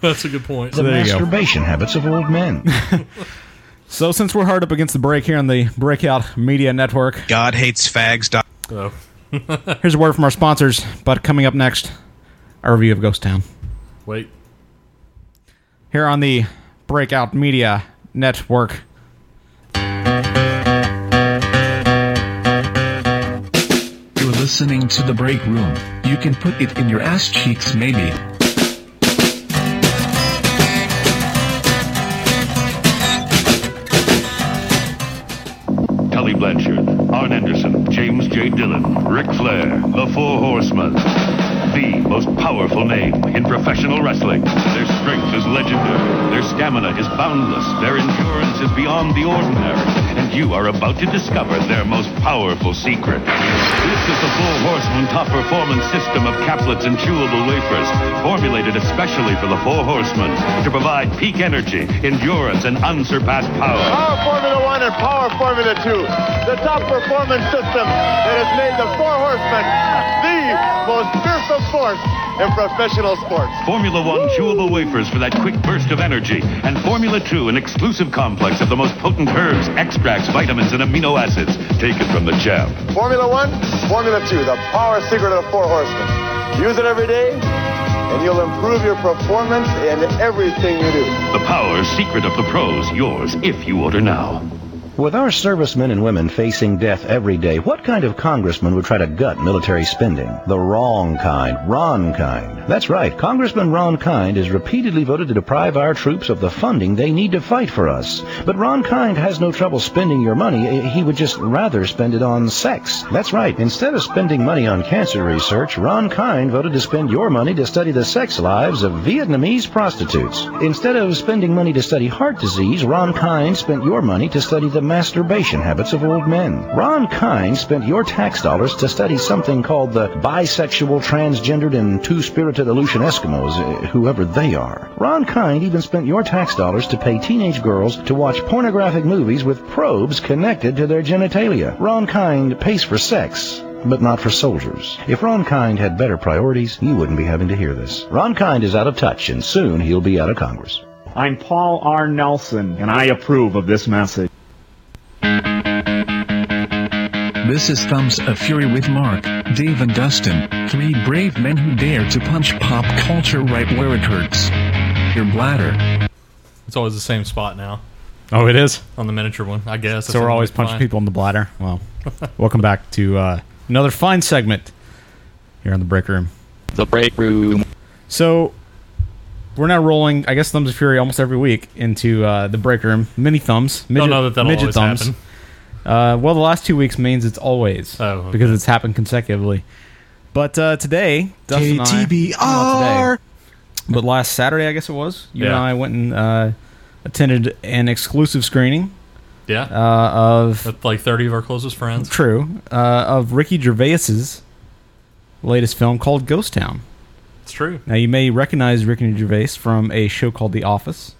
[SPEAKER 1] That's a good point.
[SPEAKER 5] So there you go.
[SPEAKER 16] habits of old men.
[SPEAKER 5] So since we're hard up against the break here on the Breakout Media Network,
[SPEAKER 16] God hates fags.
[SPEAKER 1] Oh.
[SPEAKER 5] here's a word from our sponsors. But coming up next, our review of Ghost Town.
[SPEAKER 1] Wait.
[SPEAKER 5] here on the Breakout Media Network.
[SPEAKER 22] You're listening to The Break Room. You can put it in your ass cheeks, maybe.
[SPEAKER 23] Tully Blanchard, Arn Anderson, James J. Dillon, Ric Flair, The Four Horsemen. The most powerful name in professional wrestling. Their strength is legendary. Their stamina is boundless. Their endurance is beyond the ordinary. And you are about to discover their most powerful secret. This is the Four Horsemen top performance system of caplets and chewable wafers, formulated especially for the Four Horsemen to provide peak energy, endurance, and unsurpassed power.
[SPEAKER 24] Power Formula One and Power Formula Two, the top performance system that has made the Four Horsemen the
[SPEAKER 25] most fearsome force in professional sports.
[SPEAKER 23] Formula One chewable wafers for that quick burst of energy, and Formula Two, an exclusive complex of the most potent herbs, extracts, vitamins, and amino acids taken from the jab.
[SPEAKER 25] Formula One, Formula Two, the power secret of the four horsemen. Use it every day, and you'll improve your performance in everything you do.
[SPEAKER 23] The power secret of the pros, yours if you order now.
[SPEAKER 17] With our servicemen and women facing death every day, what kind of congressman would try to gut military spending? The wrong kind. Ron Kind. That's right. Congressman Ron Kind is repeatedly voted to deprive our troops of the funding they need to fight for us. But Ron Kind has no trouble spending your money. Eh, He would just rather spend it on sex. That's right. Instead of spending money on cancer research, Ron Kind voted to spend your money to study the sex lives of Vietnamese prostitutes. Instead of spending money to study heart disease, Ron Kind spent your money to study the masturbation habits of old men. Ron Kind spent your tax dollars to study something called the bisexual, transgendered, and two-spirited Aleutian Eskimos, eh, whoever they are. Ron Kind even spent your tax dollars to pay teenage girls to watch pornographic movies with probes connected to their genitalia. Ron Kind pays for sex. But not for soldiers. If Ron Kind had better priorities, you wouldn't be having to hear this. Ron Kind is out of touch, and soon he'll be out of Congress.
[SPEAKER 26] I'm Paul R. Nelson, and I approve of this message.
[SPEAKER 22] This is Thumbs of Fury with Mark, Dave, and Dustin, three brave men who dare to punch pop culture right where it hurts. Your bladder.
[SPEAKER 1] It's always the same spot now.
[SPEAKER 5] Oh, it is.
[SPEAKER 1] on the miniature one, I guess. That's
[SPEAKER 5] so we're
[SPEAKER 1] what
[SPEAKER 5] always
[SPEAKER 1] we
[SPEAKER 5] punching
[SPEAKER 1] find.
[SPEAKER 5] people in the bladder. Well, welcome back to uh, another fine segment here on the break room.
[SPEAKER 27] The break room.
[SPEAKER 5] So we're now rolling, I guess, Thumbs of Fury almost every week into uh, the break room. Mini thumbs, midget,
[SPEAKER 1] know that that'll
[SPEAKER 5] midget
[SPEAKER 1] always
[SPEAKER 5] thumbs.
[SPEAKER 1] happen.
[SPEAKER 5] Uh, well, the last two weeks means it's always oh, because it's happened consecutively. But uh, today, Dustin and I- well, not today, but last Saturday, I guess it was, you and
[SPEAKER 1] Yeah.
[SPEAKER 5] I went and uh, attended an exclusive screening
[SPEAKER 1] Yeah.
[SPEAKER 5] uh, of
[SPEAKER 1] With like 30 of our closest friends.
[SPEAKER 5] True. Uh, of Ricky Gervais's latest film called Ghost Town.
[SPEAKER 1] It's true.
[SPEAKER 5] Now you may recognize Ricky Gervais from a show called The Office.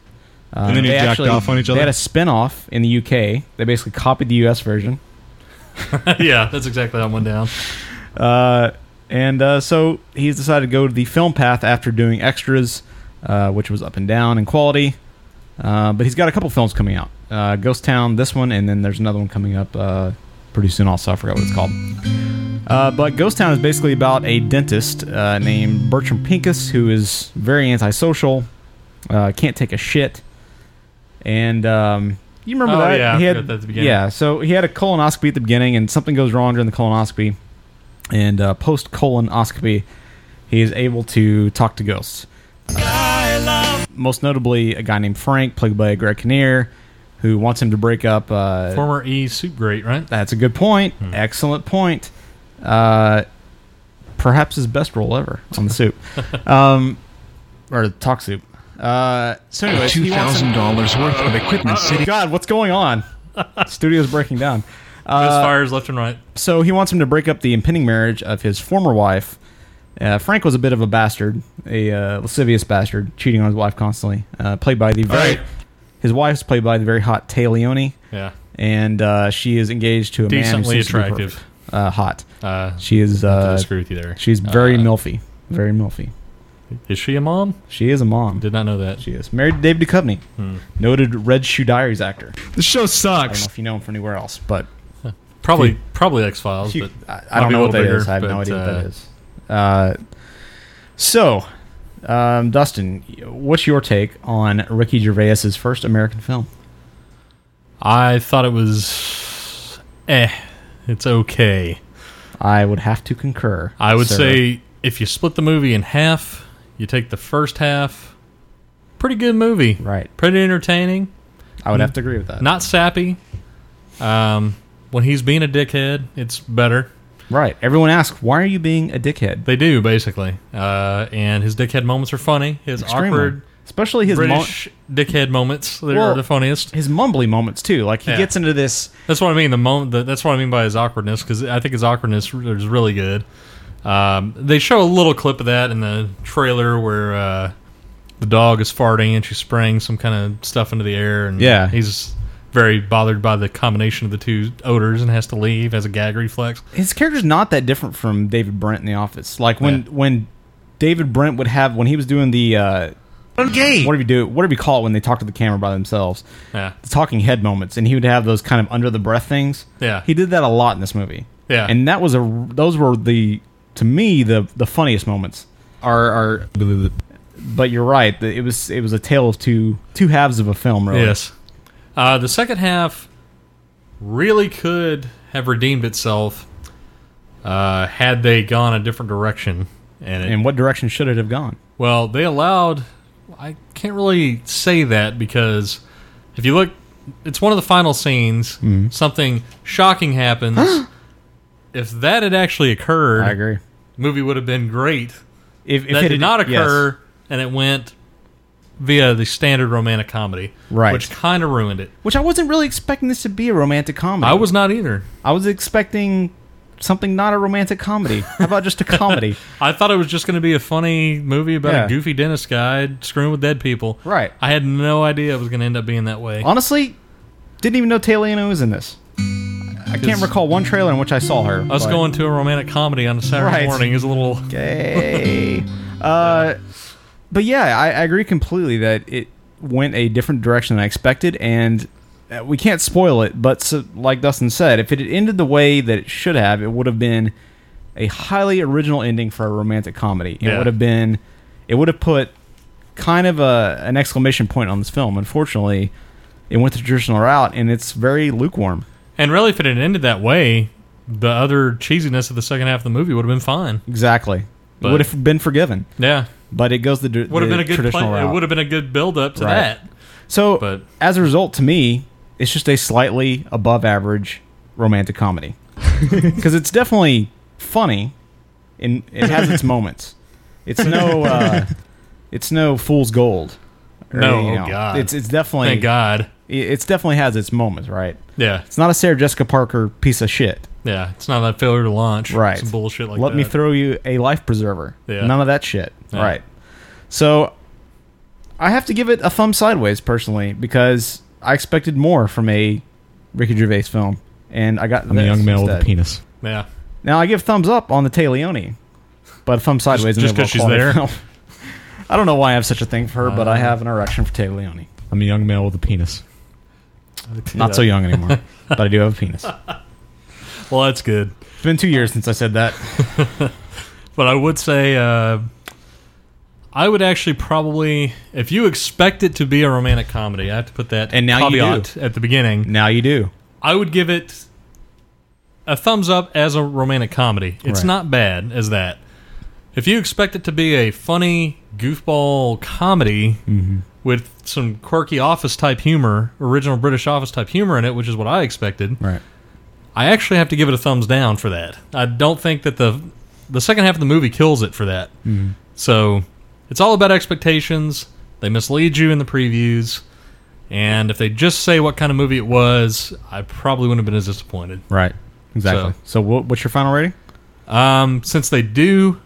[SPEAKER 5] Uh,
[SPEAKER 28] And then you
[SPEAKER 5] they
[SPEAKER 28] jacked
[SPEAKER 5] actually-
[SPEAKER 28] off on each
[SPEAKER 5] They
[SPEAKER 28] other?
[SPEAKER 5] had a spin-off in the UK. They basically copied the US version.
[SPEAKER 1] yeah, that's exactly how it went down.
[SPEAKER 5] Uh, and uh, so he's decided to go to the film path after doing extras, uh, which was up and down in quality. Uh, but he's got a couple films coming out: uh, Ghost Town, this one, and then there's another one coming up uh, pretty soon. Also, I forgot what it's called. Uh, but Ghost Town is basically about a dentist uh, named Bertram Pincus who is very antisocial, uh, can't take a shit, and um, you remember
[SPEAKER 1] Oh,
[SPEAKER 5] that?
[SPEAKER 1] yeah, I
[SPEAKER 5] he had,
[SPEAKER 1] forgot that at the beginning.
[SPEAKER 5] yeah, so he had a colonoscopy at the beginning, and something goes wrong during the colonoscopy. And uh, post colonoscopy, he is able to talk to ghosts. Most notably, a guy named Frank, played by Greg Kinnear, who wants him to break up. Uh,
[SPEAKER 1] Former E soup great, right? Hmm.
[SPEAKER 5] That's a good point. Excellent point. Uh, perhaps his best role ever on the soup, um, or the talk soup. Uh, so, anyways, he wants him-
[SPEAKER 22] $2,000 worth of equipment sitting-
[SPEAKER 5] God, what's going on? Studio's breaking down. Uh,
[SPEAKER 1] fires left and right.
[SPEAKER 5] So he wants him to break up the impending marriage of his former wife. Uh, Frank was a bit of a bastard, a uh, lascivious bastard, cheating on his wife constantly. Uh, played by the very, his wife's played by the very hot Tay Leone.
[SPEAKER 1] Yeah.
[SPEAKER 5] and uh, she is engaged to a man who
[SPEAKER 1] Decently
[SPEAKER 5] seems to be
[SPEAKER 1] attractive.
[SPEAKER 5] perfect. uh, hot.
[SPEAKER 1] Uh,
[SPEAKER 5] she is.
[SPEAKER 1] I have to
[SPEAKER 5] Uh,
[SPEAKER 1] disagree with you there. Uh,
[SPEAKER 5] She's very milfy, very milfy.
[SPEAKER 1] Is she a mom?
[SPEAKER 5] She is a mom.
[SPEAKER 1] Did not know that.
[SPEAKER 5] She is married to Dave Duchovny, noted Red Shoe Diaries actor.
[SPEAKER 1] The show
[SPEAKER 5] I don't know
[SPEAKER 1] sucks.
[SPEAKER 5] if you know him from anywhere else, but
[SPEAKER 1] Probably,
[SPEAKER 5] He-
[SPEAKER 1] probably X Files.
[SPEAKER 5] he-
[SPEAKER 1] But
[SPEAKER 5] I, I don't know what that is. I have no idea what that
[SPEAKER 1] uh,
[SPEAKER 5] is. Uh, so, um, Dustin, what's your take on Ricky Gervais's first American film?
[SPEAKER 1] I thought it was, eh, it's okay.
[SPEAKER 5] I would have to concur.
[SPEAKER 1] I would
[SPEAKER 5] sir.
[SPEAKER 1] say if you split the movie in half, you take the first half. Pretty good movie,
[SPEAKER 5] right?
[SPEAKER 1] Pretty entertaining.
[SPEAKER 5] I would have to agree with that.
[SPEAKER 1] Not sappy. Um, when he's being a dickhead, it's better.
[SPEAKER 5] Right. Everyone asks, "Why are you being a dickhead?"
[SPEAKER 1] They do basically, uh, and his dickhead moments are funny. His
[SPEAKER 5] Extremely.
[SPEAKER 1] awkward,
[SPEAKER 5] especially his mo-
[SPEAKER 1] British dickhead moments, they
[SPEAKER 5] Well,
[SPEAKER 1] are the funniest.
[SPEAKER 5] His mumbly moments too. Like he
[SPEAKER 1] Yeah.
[SPEAKER 5] gets into this.
[SPEAKER 1] That's what I mean. The moment the, that's what I mean by his awkwardness because I think his awkwardness r- is really good. Um, they show a little clip of that in the trailer where uh, the dog is farting and she spraying some kind of stuff into the air and
[SPEAKER 5] Yeah.
[SPEAKER 1] he's very bothered by the combination of the two odors and has to leave as a gag reflex.
[SPEAKER 5] his character's not that different from David Brent in The Office. Like when when David Brent would have when he was doing the uh, whatever you do, whatever you call it when they talk to the camera by themselves,
[SPEAKER 1] Yeah.
[SPEAKER 5] the talking head moments, and he would have those kind of under the breath things.
[SPEAKER 1] Yeah.
[SPEAKER 5] he did that a lot in this movie.
[SPEAKER 1] Yeah.
[SPEAKER 5] and that was a those were the to me the the funniest moments are are. But you're right. It was it was a tale of two two halves of a film. Really.
[SPEAKER 1] Yes. Uh, the second half really could have redeemed itself uh, had they gone a different direction. And it,
[SPEAKER 5] In what direction should it have gone?
[SPEAKER 1] well, they allowed. I can't really say that because if you look, it's one of the final scenes.
[SPEAKER 5] Mhm.
[SPEAKER 1] Something shocking happens. if that had actually occurred,
[SPEAKER 5] I agree.
[SPEAKER 1] Movie would have been great.
[SPEAKER 5] If,
[SPEAKER 1] that
[SPEAKER 5] it
[SPEAKER 1] did
[SPEAKER 5] had-
[SPEAKER 1] not
[SPEAKER 5] yes.
[SPEAKER 1] occur, and it went via the standard romantic comedy,
[SPEAKER 5] Right.
[SPEAKER 1] which kind of ruined it.
[SPEAKER 5] Which I wasn't really expecting this to be a romantic comedy.
[SPEAKER 1] I was not either.
[SPEAKER 5] I was expecting something not a romantic comedy. How about just a comedy?
[SPEAKER 1] I thought it was just going to be a funny movie about
[SPEAKER 5] Yeah.
[SPEAKER 1] a goofy dentist guy screwing with dead people.
[SPEAKER 5] Right.
[SPEAKER 1] I had no idea it was going to end up being that way.
[SPEAKER 5] Honestly, didn't even know Taliano was in this. I can't
[SPEAKER 1] It's-
[SPEAKER 5] recall one trailer in which I saw her.
[SPEAKER 1] Us
[SPEAKER 5] but-
[SPEAKER 1] going to a romantic comedy on a Saturday
[SPEAKER 5] Right.
[SPEAKER 1] morning is a little
[SPEAKER 5] gay. uh, but yeah, I, I agree completely that it went a different direction than I expected, and uh, we can't spoil it. But so, like Dustin said, if it had ended the way that it should have, it would have been a highly original ending for a romantic comedy. It
[SPEAKER 1] Yeah.
[SPEAKER 5] would have been, it would have put kind of a an exclamation point on this film. Unfortunately, it went the traditional route, and it's very lukewarm.
[SPEAKER 1] And really, if it had ended that way, the other cheesiness of the second half of the movie would have been fine.
[SPEAKER 5] Exactly,
[SPEAKER 1] But-
[SPEAKER 5] it would have been forgiven.
[SPEAKER 1] Yeah.
[SPEAKER 5] But it goes the, d-
[SPEAKER 1] Would have
[SPEAKER 5] the
[SPEAKER 1] been a good
[SPEAKER 5] traditional
[SPEAKER 1] play,
[SPEAKER 5] route.
[SPEAKER 1] It would have been a good build up to
[SPEAKER 5] Right.
[SPEAKER 1] that.
[SPEAKER 5] So
[SPEAKER 1] But
[SPEAKER 5] as a result, to me, it's just a slightly above average romantic comedy because it's definitely funny and it has its moments. It's no, uh, it's no fool's gold. Or,
[SPEAKER 1] No,
[SPEAKER 5] you
[SPEAKER 1] oh,
[SPEAKER 5] know,
[SPEAKER 1] God.
[SPEAKER 5] it's it's definitely
[SPEAKER 1] Thank God.
[SPEAKER 5] it- It's definitely has its moments, right?
[SPEAKER 1] Yeah.
[SPEAKER 5] It's not a Sarah Jessica Parker piece of shit.
[SPEAKER 1] yeah, it's not that failure to launch.
[SPEAKER 5] Right.
[SPEAKER 1] Some bullshit like
[SPEAKER 5] Let
[SPEAKER 1] that.
[SPEAKER 5] me throw you a life preserver.
[SPEAKER 1] Yeah.
[SPEAKER 5] None of that shit.
[SPEAKER 1] Yeah.
[SPEAKER 5] Right. So I have to give it a thumb sideways personally because I expected more from a Ricky Gervais film, and I got
[SPEAKER 9] I'm a
[SPEAKER 5] this
[SPEAKER 9] young male with a
[SPEAKER 5] instead.
[SPEAKER 9] penis.
[SPEAKER 1] Yeah.
[SPEAKER 5] Now I give thumbs up on the Taleone, but a thumb sideways. in
[SPEAKER 1] just
[SPEAKER 5] the
[SPEAKER 1] 'cause she's
[SPEAKER 5] overall quality
[SPEAKER 1] there?
[SPEAKER 5] film. I don't know why I have such a thing for her, but I
[SPEAKER 9] Uh.
[SPEAKER 5] have an erection for Taleone.
[SPEAKER 9] I'm a young male with a penis.
[SPEAKER 5] Not so young anymore, but I do have a penis.
[SPEAKER 1] Well, that's good.
[SPEAKER 5] It's been two years since I said that.
[SPEAKER 1] But I would say uh, I would actually probably, if you expect it to be a romantic comedy, I have to put that
[SPEAKER 5] And now you
[SPEAKER 1] caveat at the beginning.
[SPEAKER 5] Now you do.
[SPEAKER 1] I would give it a thumbs up as a romantic comedy. It's
[SPEAKER 5] Right.
[SPEAKER 1] not bad as that. If you expect it to be a funny goofball comedy
[SPEAKER 5] Mm-hmm.
[SPEAKER 1] with some quirky office type humor, original British office type humor in it, which is what I expected,
[SPEAKER 5] Right.
[SPEAKER 1] I actually have to give it a thumbs down for that. I don't think that the the second half of the movie kills it for that.
[SPEAKER 5] Mhm.
[SPEAKER 1] Mm-hmm. So it's all about expectations. They mislead you in the previews, and if they just say what kind of movie it was, I probably wouldn't have been as disappointed.
[SPEAKER 5] Right. Exactly. So, wha- what's your final rating?
[SPEAKER 1] Um, since they do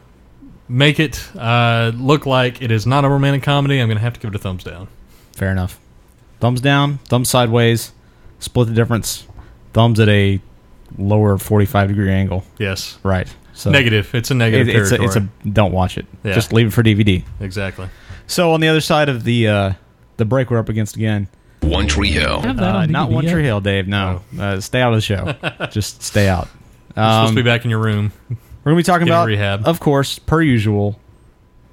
[SPEAKER 1] make it uh, look like it is not a romantic comedy, I'm going to have to give it a thumbs down.
[SPEAKER 5] Fair enough. Thumbs down, thumbs sideways, split the difference. Thumbs at a lower 45 degree angle.
[SPEAKER 1] Yes.
[SPEAKER 5] Right.
[SPEAKER 1] Negative. It's a negative
[SPEAKER 5] It- it's, a, it's a
[SPEAKER 1] territory.
[SPEAKER 5] don't watch it.
[SPEAKER 1] Yeah.
[SPEAKER 5] Just leave it for DVD.
[SPEAKER 1] Exactly.
[SPEAKER 5] So on the other side of the uh, the break we're up against again.
[SPEAKER 3] One Tree Hill.
[SPEAKER 5] Uh, not One Tree Hill, Dave. No. Uh, stay out of the show. Just stay out.
[SPEAKER 1] Oh. You're supposed to
[SPEAKER 5] Um,
[SPEAKER 1] be back in your room.
[SPEAKER 5] We're going to be talking
[SPEAKER 1] Getting
[SPEAKER 5] about,
[SPEAKER 1] rehab.
[SPEAKER 5] of course, per usual,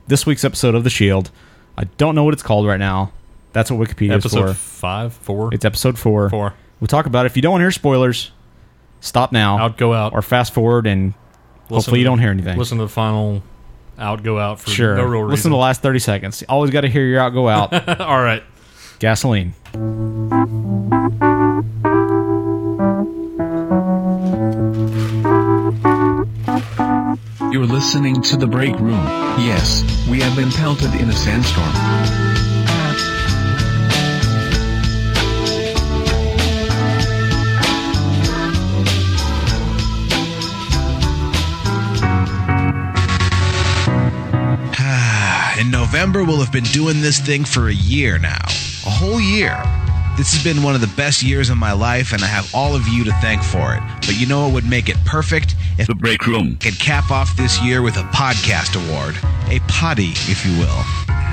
[SPEAKER 5] this week's episode of The Shield. I don't know what it's called right now. That's what Wikipedia is
[SPEAKER 1] Episode
[SPEAKER 5] for.
[SPEAKER 1] five, four.
[SPEAKER 5] It's episode four.
[SPEAKER 1] Four.
[SPEAKER 5] We'll talk about it. If you don't want to hear spoilers, stop now. Out,
[SPEAKER 1] go out.
[SPEAKER 5] Or fast forward and
[SPEAKER 1] Listen
[SPEAKER 5] hopefully you
[SPEAKER 1] to-
[SPEAKER 5] don't hear anything.
[SPEAKER 1] Listen to the final out go out for
[SPEAKER 5] sure.
[SPEAKER 1] no real reason.
[SPEAKER 5] Listen to the last 30 seconds. Always got to hear your out, go out.
[SPEAKER 1] All right.
[SPEAKER 5] Gasoline.
[SPEAKER 22] You're listening to The Break Room. Yes, we have been pelted in a sandstorm.
[SPEAKER 6] In November, we'll have been doing this thing for a year now. A whole year.
[SPEAKER 3] This has been one of the best years of my life, and I have all of you to thank for it. But you know what would make it perfect? If the break room could cap off this year with a podcast award, a potty, if you will.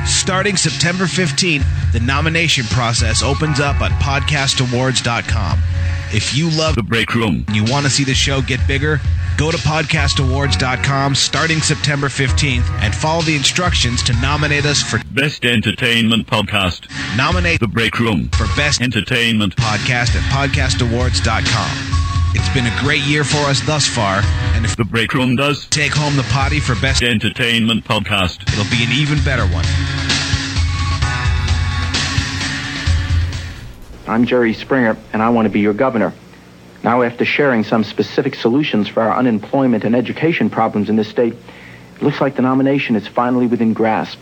[SPEAKER 3] Starting September 15th, the nomination process opens up at podcastawards.com. If you love The Break Room and you want to see the show get bigger, go to podcastawards.com starting September 15th and follow the instructions to nominate us for
[SPEAKER 6] Best Entertainment Podcast.
[SPEAKER 3] Nominate
[SPEAKER 6] The Break Room
[SPEAKER 3] for Best
[SPEAKER 6] Entertainment
[SPEAKER 3] Podcast at podcastawards.com. It's been a great year for us thus far, and if
[SPEAKER 6] The Break Room does
[SPEAKER 3] take home the potty for Best
[SPEAKER 6] Entertainment Podcast,
[SPEAKER 3] it'll be an even better one.
[SPEAKER 10] I'm Jerry Springer, and I want to be your governor. Now, after sharing some specific solutions for our unemployment and education problems in this state, it looks like the nomination is finally within grasp,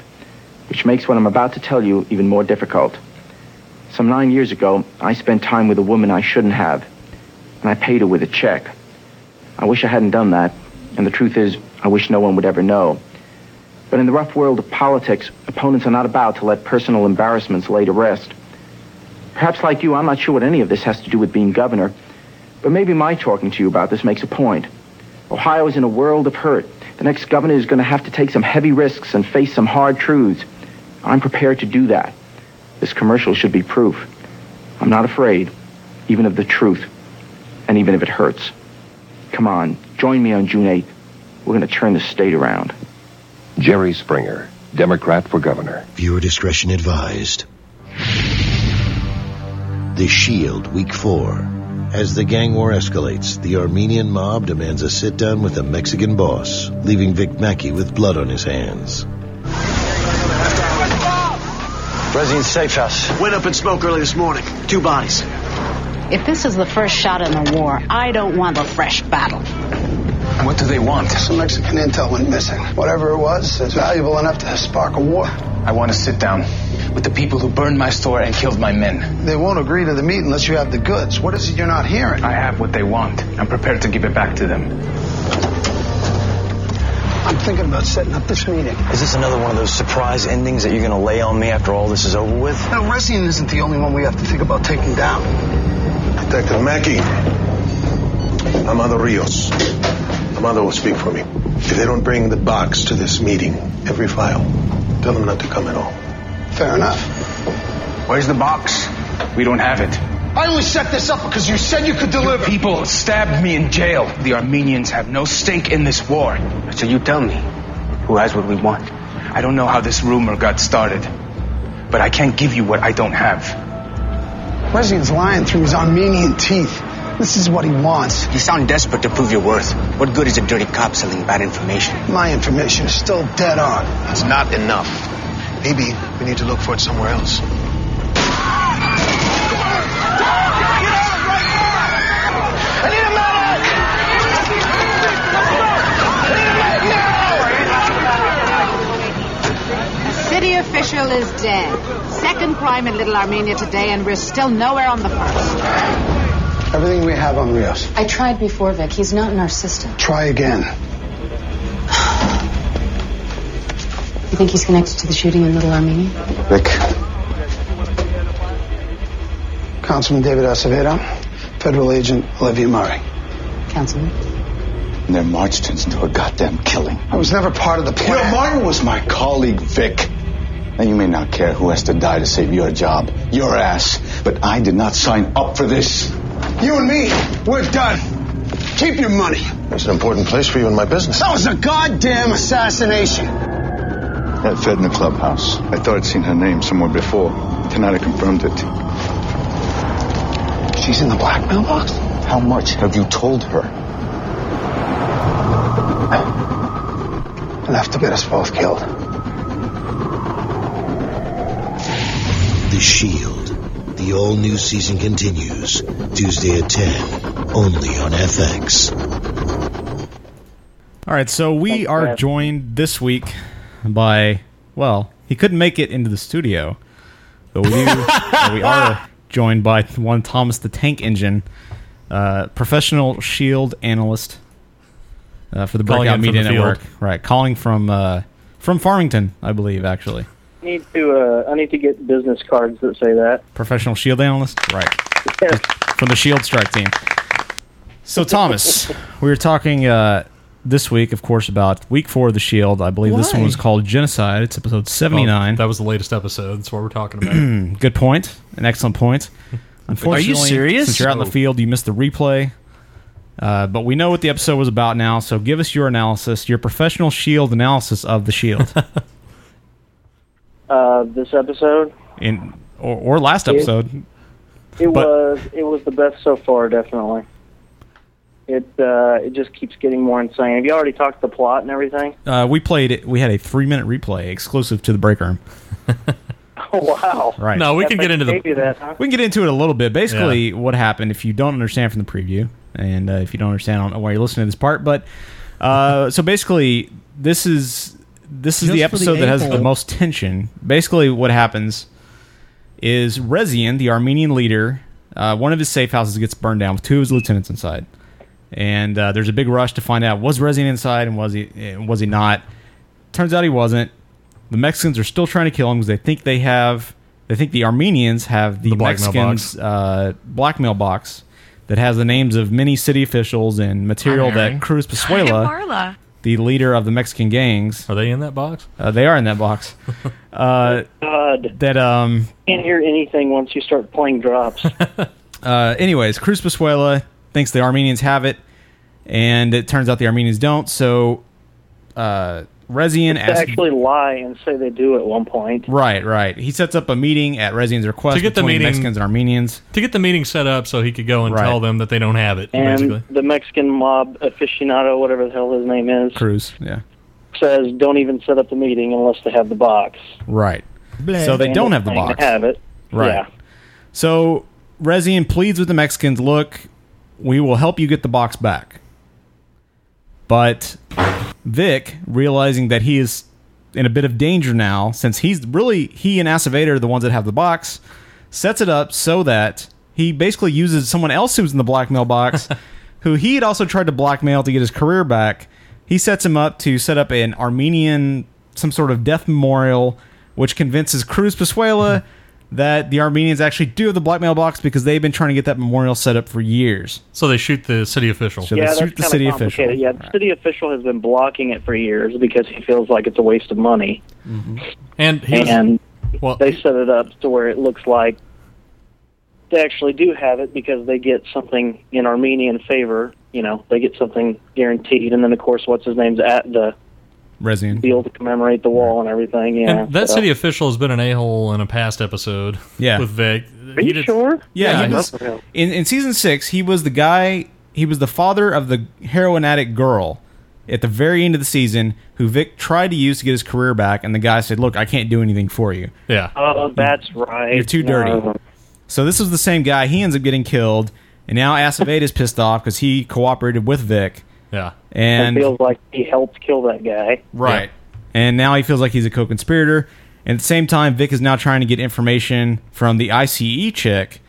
[SPEAKER 10] which makes what I'm about to tell you even more difficult. Some nine years ago, I spent time with a woman I shouldn't have, and I paid her with a check. I wish I hadn't done that, and the truth is, I wish no one would ever know. But in the rough world of politics, opponents are not about to let personal embarrassments lay to rest. Perhaps like you, I'm not sure what any of this has to do with being governor, but maybe my talking to you about this makes a point. Ohio is in a world of hurt. The next governor is going to have to take some heavy risks and face some hard truths. I'm prepared to do that. This commercial should be proof. I'm not afraid, even of the truth, and even if it hurts. Come on, join me on June 8th. We're going to turn this state around.
[SPEAKER 24] Jerry Springer, Democrat for governor.
[SPEAKER 21] Viewer discretion advised.
[SPEAKER 24] The Shield, Week 4. As the gang war escalates, the Armenian mob demands a sit down with the Mexican boss, leaving Vic Mackey with blood on his hands.
[SPEAKER 29] President's safe house. Went up in smoke early this morning. Two bodies.
[SPEAKER 30] If this is the first shot in the war, I don't want a fresh battle.
[SPEAKER 29] What do they want?
[SPEAKER 31] Some Mexican intel went missing. Whatever it was, it's valuable enough to spark a war.
[SPEAKER 29] I want to sit down with the people who burned my store and killed my men.
[SPEAKER 31] They won't agree to the meet unless you have the goods. What is it you're not hearing?
[SPEAKER 29] I have what they want. I'm prepared to give it back to them.
[SPEAKER 31] I'm thinking about setting up this meeting.
[SPEAKER 29] Is this another one of those surprise endings that you're going to lay on me after all this is over with?
[SPEAKER 31] Now, Resian isn't the only one we have to think about taking down.
[SPEAKER 24] Detective Mackey, Amado Rios. Amado will speak for me. If they don't bring the box to this meeting, every file, tell them not to come at all.
[SPEAKER 31] Fair enough.
[SPEAKER 29] Where's the box? We don't have it.
[SPEAKER 31] I only set this up because you said you could deliver.
[SPEAKER 29] People stabbed me in jail. The Armenians have no stake in this war. So you tell me, who has what we want? I don't know how this rumor got started, but I can't give you what I don't have.
[SPEAKER 31] Resian's lying through his Armenian teeth. This is what he wants.
[SPEAKER 29] You sound desperate to prove your worth. What good is a dirty cop selling bad information?
[SPEAKER 31] My information is still dead on.
[SPEAKER 29] It's not enough.
[SPEAKER 31] Maybe we need to look for it somewhere else.
[SPEAKER 30] City official is dead. Second crime in Little Armenia today, and we're still nowhere on the first.
[SPEAKER 31] Everything we have on Rios.
[SPEAKER 30] I tried before, Vic. He's not in our system.
[SPEAKER 31] Try again.
[SPEAKER 30] You think he's connected to the shooting in Little Armenia?
[SPEAKER 31] Vic. Councilman David Acevedo, Federal Agent Olivia Murray.
[SPEAKER 30] Councilman?
[SPEAKER 25] And their march turns into a goddamn killing.
[SPEAKER 31] I was never part of the plan.
[SPEAKER 25] Your Martin was my colleague, Vic. Now, you may not care who has to die to save your job, your ass, but I did not sign up for this.
[SPEAKER 31] You and me, we're done. Keep your money.
[SPEAKER 24] It's an important place for you in my business.
[SPEAKER 31] That was a goddamn assassination.
[SPEAKER 25] That fed in the clubhouse. I thought I'd seen her name somewhere before. Tonight I confirmed it.
[SPEAKER 31] She's in the blackmail box?
[SPEAKER 25] How much have you told her?
[SPEAKER 31] Enough to get us both killed.
[SPEAKER 24] The Shield. The all new season continues Tuesday at 10, only on FX.
[SPEAKER 5] All right, so we are joined this week by well, he couldn't make it into the studio, but we do, but we are joined by one Thomas the Tank Engine, uh, professional Shield analyst uh, for the
[SPEAKER 1] Calling
[SPEAKER 5] Breakout
[SPEAKER 1] in from
[SPEAKER 5] Media
[SPEAKER 1] the
[SPEAKER 5] Network,
[SPEAKER 1] field.
[SPEAKER 5] right? Calling from uh, from Farmington, I believe, actually.
[SPEAKER 7] need to. Uh, I need to get business cards that say that.
[SPEAKER 5] Professional shield analyst? Right.
[SPEAKER 7] Yes.
[SPEAKER 5] From the shield strike team. So, Thomas, we were talking uh, this week, of course, about week four of the shield. I believe this one
[SPEAKER 1] Why?
[SPEAKER 5] was called Genocide. It's episode 79.
[SPEAKER 1] that was the latest episode. That's what we're talking about.
[SPEAKER 5] Good point. An excellent point. Unfortunately,
[SPEAKER 1] serious?
[SPEAKER 5] Since you're out in the
[SPEAKER 1] No.
[SPEAKER 5] field, you missed the replay. Uh, but we know what the episode was about now, so give us your analysis, your professional shield analysis of the shield,
[SPEAKER 7] Uh, this episode,
[SPEAKER 5] in or, or last
[SPEAKER 7] Yeah.
[SPEAKER 5] episode.
[SPEAKER 7] it
[SPEAKER 5] But-
[SPEAKER 7] was it was the best so far, definitely. It uh, it just keeps getting more insane. Have you already talked the plot and everything?
[SPEAKER 5] Uh, we played it. We had a three minute replay exclusive to the break room.
[SPEAKER 7] Oh wow!
[SPEAKER 5] Right. No, we can get into the-
[SPEAKER 7] Gave you that, huh?
[SPEAKER 5] We can get into it a little bit. Basically, what happened, if you don't understand from the preview, and uh, if you don't understand, I don't know why you're listening to this part. But uh, so basically, this is this is
[SPEAKER 2] Just
[SPEAKER 5] the
[SPEAKER 2] for the
[SPEAKER 5] episode that has the
[SPEAKER 2] a-hole.
[SPEAKER 5] most tension. Basically, what happens is Rezian, the Armenian leader, uh, one of his safe houses gets burned down with two of his lieutenants inside, and uh, there's a big rush to find out was Rezian inside and was he and was he not. Turns out he wasn't. The Mexicans are still trying to kill him because they think they have. They think the Armenians have the,
[SPEAKER 1] The blackmail
[SPEAKER 5] Mexicans' uh, blackmail box that has the names of many city officials and material that Cruz Pazuela,
[SPEAKER 11] Marla.
[SPEAKER 5] the leader of the Mexican gangs,
[SPEAKER 1] are they in that box?
[SPEAKER 5] Uh, they are in that box. Uh,
[SPEAKER 7] God.
[SPEAKER 5] That um,
[SPEAKER 7] Can't hear anything once you start playing drops.
[SPEAKER 5] Uh, anyways, Cruz Pazuela thinks the Armenians have it, and it turns out the Armenians don't. So, uh, Rezian
[SPEAKER 7] they
[SPEAKER 5] asks.
[SPEAKER 7] actually lie and say they do at one point.
[SPEAKER 5] Right, right. He sets up a meeting at Rezian's request
[SPEAKER 1] To get the
[SPEAKER 5] between
[SPEAKER 1] meeting-
[SPEAKER 5] Mexicans and Armenians.
[SPEAKER 1] To get the meeting set up so he could go and
[SPEAKER 5] Right.
[SPEAKER 1] tell them that they don't have it,
[SPEAKER 7] And
[SPEAKER 1] basically.
[SPEAKER 7] the Mexican mob aficionado, whatever the hell his name is,
[SPEAKER 5] Cruz, yeah,
[SPEAKER 7] says don't even set up the meeting unless they have the box.
[SPEAKER 5] right. So they
[SPEAKER 7] And
[SPEAKER 5] don't have the
[SPEAKER 7] they
[SPEAKER 5] box.
[SPEAKER 7] Have it.
[SPEAKER 5] Right.
[SPEAKER 7] Yeah.
[SPEAKER 5] So Rezian pleads with the Mexicans, look, we will help you get the box back. But Vic, realizing that he is in a bit of danger now, since he's really he and Acevedo are the ones that have the box, sets it up so that he basically uses someone else who's in the blackmail box, who he had also tried to blackmail to get his career back. He sets him up to set up an Armenian some sort of death memorial, which convinces Cruz Pazuela that the Armenians actually do have the blackmail box because they've been trying to get that memorial set up for years.
[SPEAKER 1] So they shoot the city official.
[SPEAKER 5] So
[SPEAKER 7] yeah,
[SPEAKER 5] they
[SPEAKER 7] that's
[SPEAKER 5] shoot the
[SPEAKER 7] kinda
[SPEAKER 5] city
[SPEAKER 7] complicated.
[SPEAKER 5] official.
[SPEAKER 7] Yeah, the city official has been blocking it for years because he feels like it's a waste of money.
[SPEAKER 1] And he was-
[SPEAKER 7] and
[SPEAKER 1] well,
[SPEAKER 7] they set it up to where it looks like they actually do have it because they get something in Armenian favor. You know, they get something guaranteed, and then of course, what's his name's at the
[SPEAKER 5] Rezian.
[SPEAKER 7] deal to commemorate the wall and everything. Yeah,
[SPEAKER 1] and that
[SPEAKER 7] so-
[SPEAKER 1] city official has been an a hole in a past episode.
[SPEAKER 5] Yeah.
[SPEAKER 1] with Vic.
[SPEAKER 7] Are you sure?
[SPEAKER 5] Yeah, he was, in, in season six, he was the guy, he was the father of the heroin addict girl at the very end of the season who Vic tried to use to get his career back, and the guy said, Look, I can't do anything for you.
[SPEAKER 1] Yeah.
[SPEAKER 7] Oh, that's right.
[SPEAKER 5] You're too dirty.
[SPEAKER 7] No.
[SPEAKER 5] So this was the same guy. He ends up getting killed, and now Acevedo's pissed off because he cooperated with Vic.
[SPEAKER 1] Yeah.
[SPEAKER 5] And
[SPEAKER 7] it feels like he helped kill that guy.
[SPEAKER 5] Right. And now he feels like he's a co-conspirator. And at the same time, Vic is now trying to get information from the ICE chick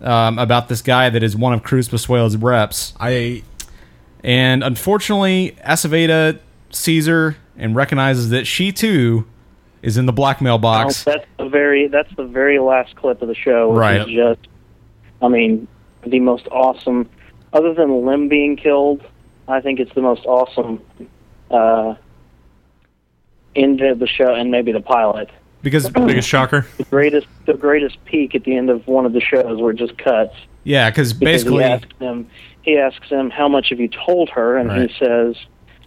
[SPEAKER 5] um, about this guy that is one of Cruz Pazuelo's reps. I. And unfortunately, Aceveda sees her and recognizes that she too is in the blackmail
[SPEAKER 7] Oh,
[SPEAKER 5] box.
[SPEAKER 7] that's the very that's the very last clip of the show. which
[SPEAKER 5] Right.
[SPEAKER 7] is just, I mean, the most awesome. Other than Lim being killed, I think it's the most awesome uh, end of the show, and maybe the pilot.
[SPEAKER 5] Because
[SPEAKER 1] biggest shocker.
[SPEAKER 7] The greatest, the greatest peak at the end of one of the shows where it just cuts.
[SPEAKER 5] Yeah, because
[SPEAKER 7] because
[SPEAKER 5] basically,
[SPEAKER 7] he asks him, he asks him, "How much have you told her?" And
[SPEAKER 5] Right.
[SPEAKER 7] he says,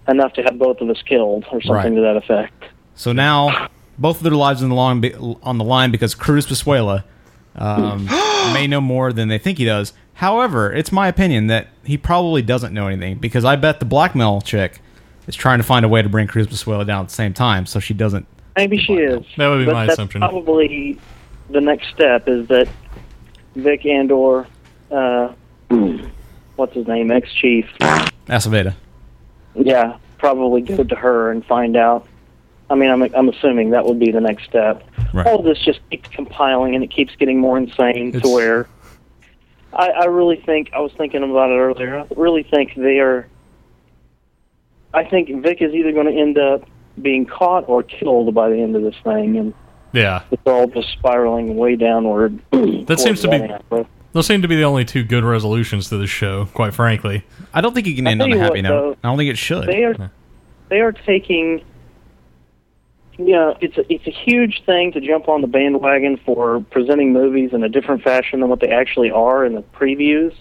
[SPEAKER 7] "Enough to have both of us killed," or something
[SPEAKER 5] Right.
[SPEAKER 7] to that effect.
[SPEAKER 5] So now both of their lives in the long on the line because Cruz Pazuela um, may know more than they think he does. However, it's my opinion that he probably doesn't know anything because I bet the blackmail chick is trying to find a way to bring Cruz Pazuela down at the same time, so she doesn't.
[SPEAKER 7] Maybe she is.
[SPEAKER 5] That would be
[SPEAKER 7] But
[SPEAKER 5] my
[SPEAKER 7] that's
[SPEAKER 5] assumption.
[SPEAKER 7] Probably the next step is that Vic Andor, uh, what's his name, ex chief,
[SPEAKER 5] Aceveda.
[SPEAKER 7] yeah, probably go to her and find out. I mean, I'm I'm assuming that would be the next step.
[SPEAKER 5] Right.
[SPEAKER 7] All this just keeps compiling and it keeps getting more insane to
[SPEAKER 5] It's-
[SPEAKER 7] where I, I really think I was thinking about it earlier. I really think they are. I think Vic is either going to end up being caught or killed by the end of this thing, and
[SPEAKER 1] Yeah,
[SPEAKER 7] it's all just spiraling way downward. that
[SPEAKER 1] seems to be- those seem to be the only two good resolutions to this show. Quite frankly,
[SPEAKER 5] I don't think you can
[SPEAKER 7] I end on tell a you happy what, note.
[SPEAKER 5] I don't think it should.
[SPEAKER 7] They are they are taking. You know, it's a, it's a huge thing to jump on the bandwagon for presenting movies in a different fashion than what they actually are in the previews.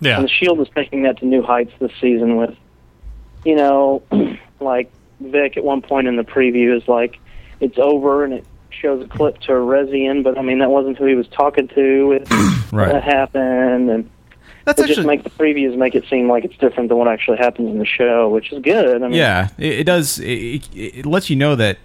[SPEAKER 1] Yeah.
[SPEAKER 7] And the Shield is taking that to new heights this season with, you know, like Vic at one point in the preview is like, it's over and it shows a clip to Rezian, but I mean that wasn't who he was talking to. It,
[SPEAKER 5] Right.
[SPEAKER 7] That happened, and
[SPEAKER 5] That's
[SPEAKER 7] it just
[SPEAKER 5] actually-
[SPEAKER 7] make the previews make it seem like it's different than what actually happens in the show, which is good. I mean,
[SPEAKER 5] yeah, it, it does. It, it, it lets you know that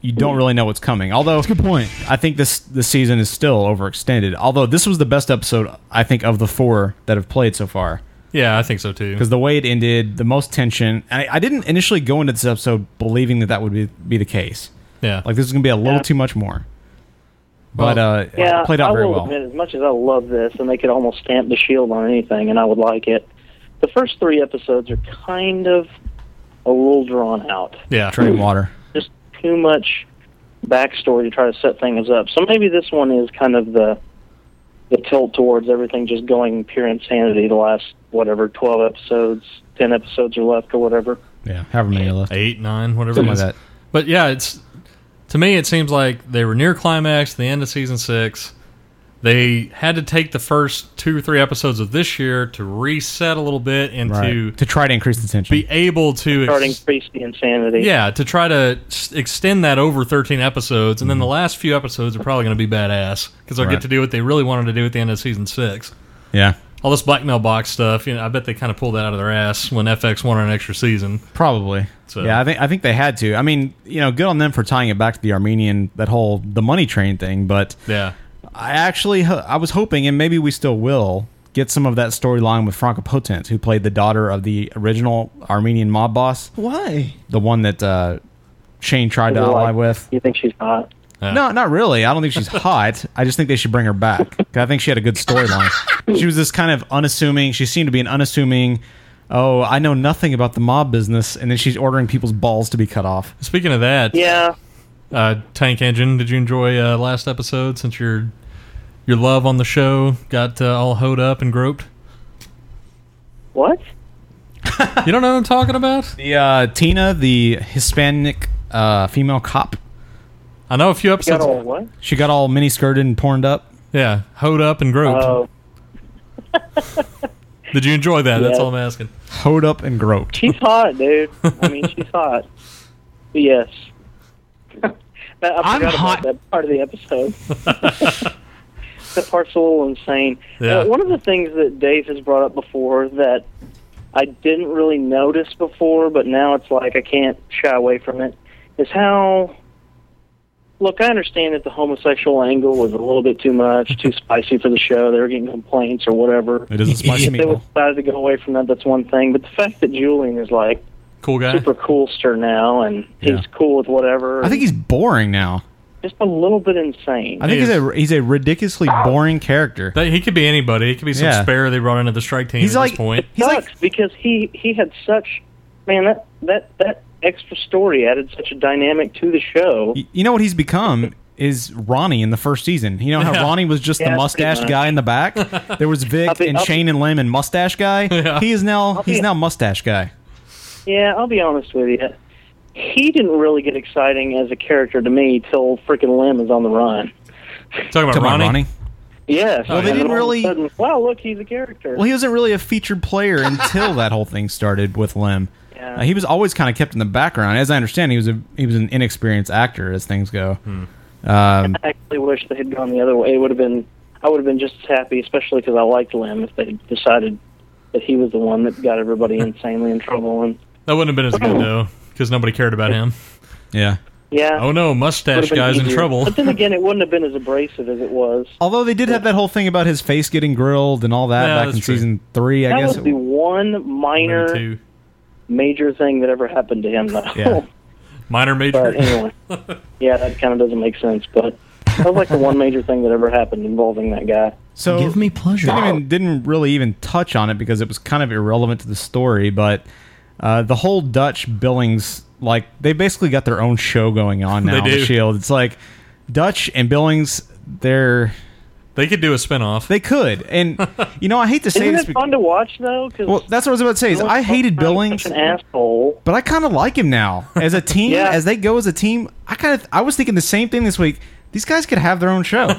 [SPEAKER 5] you don't really know what's coming. Although, good point. I think this this season is still overextended. Although this was the best episode I think of the four that have played so far.
[SPEAKER 1] yeah, I think so too.
[SPEAKER 5] because the way it ended, the most tension. I, I didn't initially go into this episode believing that that would be, be the case.
[SPEAKER 1] Yeah.
[SPEAKER 5] like this is gonna be a little too much more. But uh,
[SPEAKER 7] yeah,
[SPEAKER 5] it played out
[SPEAKER 7] I
[SPEAKER 5] very
[SPEAKER 7] will
[SPEAKER 5] well.
[SPEAKER 7] Admit, as much as I love this, and they could almost stamp the shield on anything, and I would like it. The first three episodes are kind of a little drawn out.
[SPEAKER 1] Yeah,
[SPEAKER 5] treading water.
[SPEAKER 7] just too much backstory to try to set things up. So maybe this one is kind of the the tilt towards everything just going pure insanity the last whatever twelve episodes, ten episodes are left or whatever.
[SPEAKER 5] Yeah, however many are left,
[SPEAKER 1] eight, nine, whatever.
[SPEAKER 5] Something
[SPEAKER 1] it is.
[SPEAKER 5] like that.
[SPEAKER 1] But yeah, it's to me it seems like they were near climax, the end of season six. They had to take the first two or three episodes of this year to reset a little bit and to
[SPEAKER 5] Right. to try to increase the tension.
[SPEAKER 1] be able to
[SPEAKER 7] Starting increase the insanity.
[SPEAKER 1] Yeah, to try to s- extend that over 13 episodes, and then the last few episodes are probably going to be badass because they'll
[SPEAKER 5] Mm-hmm. Right.
[SPEAKER 1] get to do what they really wanted to do at the end of season six.
[SPEAKER 5] yeah,
[SPEAKER 1] All this black mailbox stuff, you know, I bet they kind of pulled that out of their ass when FX wanted an extra season.
[SPEAKER 5] probably.
[SPEAKER 1] So-
[SPEAKER 5] Yeah, I think I think they had to. I mean, you know, good on them for tying it back to the Armenian that whole the money train thing. But
[SPEAKER 1] yeah,
[SPEAKER 5] I actually ho- I was hoping, and maybe we still will get some of that storyline with Franca Potent, who played the daughter of the original Armenian mob boss.
[SPEAKER 2] Why?
[SPEAKER 5] the one that uh, Shane tried to
[SPEAKER 7] Is it
[SPEAKER 5] ally
[SPEAKER 7] like-
[SPEAKER 5] with.
[SPEAKER 7] You think she's hot?
[SPEAKER 5] No, not really. I don't think she's hot. I just think they should bring her back. 'Cause I think she had a good storyline. she was this kind of unassuming. She seemed to be an unassuming. Oh, I know nothing about the mob business, and then she's ordering people's balls to be cut off.
[SPEAKER 1] Speaking of that,
[SPEAKER 7] yeah.
[SPEAKER 1] Uh, Tank Engine, did you enjoy uh, last episode since your your love on the show got uh, all hoed up and groped?
[SPEAKER 7] What?
[SPEAKER 1] you don't know what I'm talking about?
[SPEAKER 5] The uh, Tina, the Hispanic uh, female cop.
[SPEAKER 1] I know a few episodes.
[SPEAKER 7] Got all what?
[SPEAKER 5] She got all mini skirted and porned up.
[SPEAKER 1] Yeah, hoed up and groped.
[SPEAKER 7] Oh,
[SPEAKER 1] Did you enjoy that? That's
[SPEAKER 7] Yeah.
[SPEAKER 1] all I'm asking.
[SPEAKER 5] Hoed up and groped.
[SPEAKER 7] she's hot, dude. I mean, she's hot. But yes. I forgot
[SPEAKER 5] I'm
[SPEAKER 7] about
[SPEAKER 5] hot.
[SPEAKER 7] that part of the episode. that part's a little insane.
[SPEAKER 11] Yeah.
[SPEAKER 7] Uh, one of the things that Dave has brought up before that I didn't really notice before, but now it's like I can't shy away from it, is how. Look, I understand that the homosexual angle was a little bit too much, too spicy for the show. They were getting complaints or whatever.
[SPEAKER 5] It is a spicy
[SPEAKER 7] If they
[SPEAKER 5] meatball.
[SPEAKER 7] decided to go away from that, that's one thing. But the fact that Julian is like
[SPEAKER 1] cool guy,
[SPEAKER 7] super coolster now, and
[SPEAKER 5] Yeah.
[SPEAKER 7] he's cool with whatever.
[SPEAKER 5] I think he's boring now.
[SPEAKER 7] just a little bit insane.
[SPEAKER 5] I think he's a he's a ridiculously boring character.
[SPEAKER 1] That- he could be anybody. He could be some
[SPEAKER 5] Yeah.
[SPEAKER 1] spare they brought into the strike team
[SPEAKER 5] He's
[SPEAKER 1] at
[SPEAKER 5] like-
[SPEAKER 1] this point.
[SPEAKER 7] sucks because he he had such man that that that extra story added such a dynamic to the show.
[SPEAKER 5] You know what he's become is Ronnie in the first season. You know how
[SPEAKER 7] Yeah.
[SPEAKER 5] Ronnie was just
[SPEAKER 7] Yeah,
[SPEAKER 5] the
[SPEAKER 7] pretty
[SPEAKER 5] mustache
[SPEAKER 7] much.
[SPEAKER 5] guy in the back. There was Vic and
[SPEAKER 7] I'll be-
[SPEAKER 5] Shane and Lim and mustache guy.
[SPEAKER 7] Yeah.
[SPEAKER 5] He is now
[SPEAKER 7] I'll
[SPEAKER 5] he's
[SPEAKER 7] be-
[SPEAKER 5] now mustache guy.
[SPEAKER 7] Yeah, I'll be honest with you. He didn't really get exciting as a character to me till freaking Lim is on the run.
[SPEAKER 1] Talking about
[SPEAKER 5] Come on,
[SPEAKER 1] Ronnie?
[SPEAKER 7] Yes.
[SPEAKER 5] Well, they
[SPEAKER 7] and
[SPEAKER 5] didn't
[SPEAKER 7] all of a
[SPEAKER 5] really-
[SPEAKER 7] Sudden, wow, look, he's a character.
[SPEAKER 5] Well, he wasn't really a featured player until that whole thing started with Lim. Uh, he was always kind of kept in the background. As I understand, he was a he was an inexperienced actor as things go.
[SPEAKER 1] Hmm.
[SPEAKER 5] Um,
[SPEAKER 7] I actually wish they had gone the other way. It would have been. I would have been just as happy, especially because I liked Lim. If they decided that he was the one that got everybody insanely in trouble, and
[SPEAKER 1] That wouldn't have been as good though, because nobody cared about him.
[SPEAKER 5] Yeah.
[SPEAKER 7] yeah,
[SPEAKER 1] Oh no,
[SPEAKER 7] Would've
[SPEAKER 1] mustache
[SPEAKER 7] been
[SPEAKER 1] guy's in
[SPEAKER 7] easier.
[SPEAKER 1] trouble.
[SPEAKER 7] But then again, it wouldn't have been as abrasive as it was.
[SPEAKER 5] although they did have that whole thing about his face getting grilled and all that
[SPEAKER 1] Yeah,
[SPEAKER 5] back
[SPEAKER 1] that's
[SPEAKER 5] in
[SPEAKER 1] true.
[SPEAKER 5] season three. I
[SPEAKER 7] that
[SPEAKER 5] guess
[SPEAKER 7] was the one minor, major thing that ever happened to him, though.
[SPEAKER 5] Yeah.
[SPEAKER 1] Minor major.
[SPEAKER 7] but anyway, yeah, that kind of doesn't make sense. But that was like the one major thing that ever happened involving that guy.
[SPEAKER 5] So
[SPEAKER 7] Give
[SPEAKER 5] me pleasure. Didn't, even, didn't really even touch on it because it was kind of irrelevant to the story. But Uh, the whole Dutch Billings, like they basically got their own show going on now.
[SPEAKER 1] They
[SPEAKER 5] on the
[SPEAKER 1] do.
[SPEAKER 5] Shield. It's like Dutch and Billings. They're
[SPEAKER 1] they could do a spinoff.
[SPEAKER 5] They could, and you know I hate to say
[SPEAKER 7] Isn't
[SPEAKER 5] this.
[SPEAKER 7] it
[SPEAKER 5] be-
[SPEAKER 7] fun to watch though? 'Cause
[SPEAKER 5] well, that's what I was about to say. Is I hated Billings,
[SPEAKER 7] an asshole.
[SPEAKER 5] but I kind of like him now as a team.
[SPEAKER 7] Yeah.
[SPEAKER 5] As they go as a team, I kind of I was thinking the same thing this week. These guys could have their own show.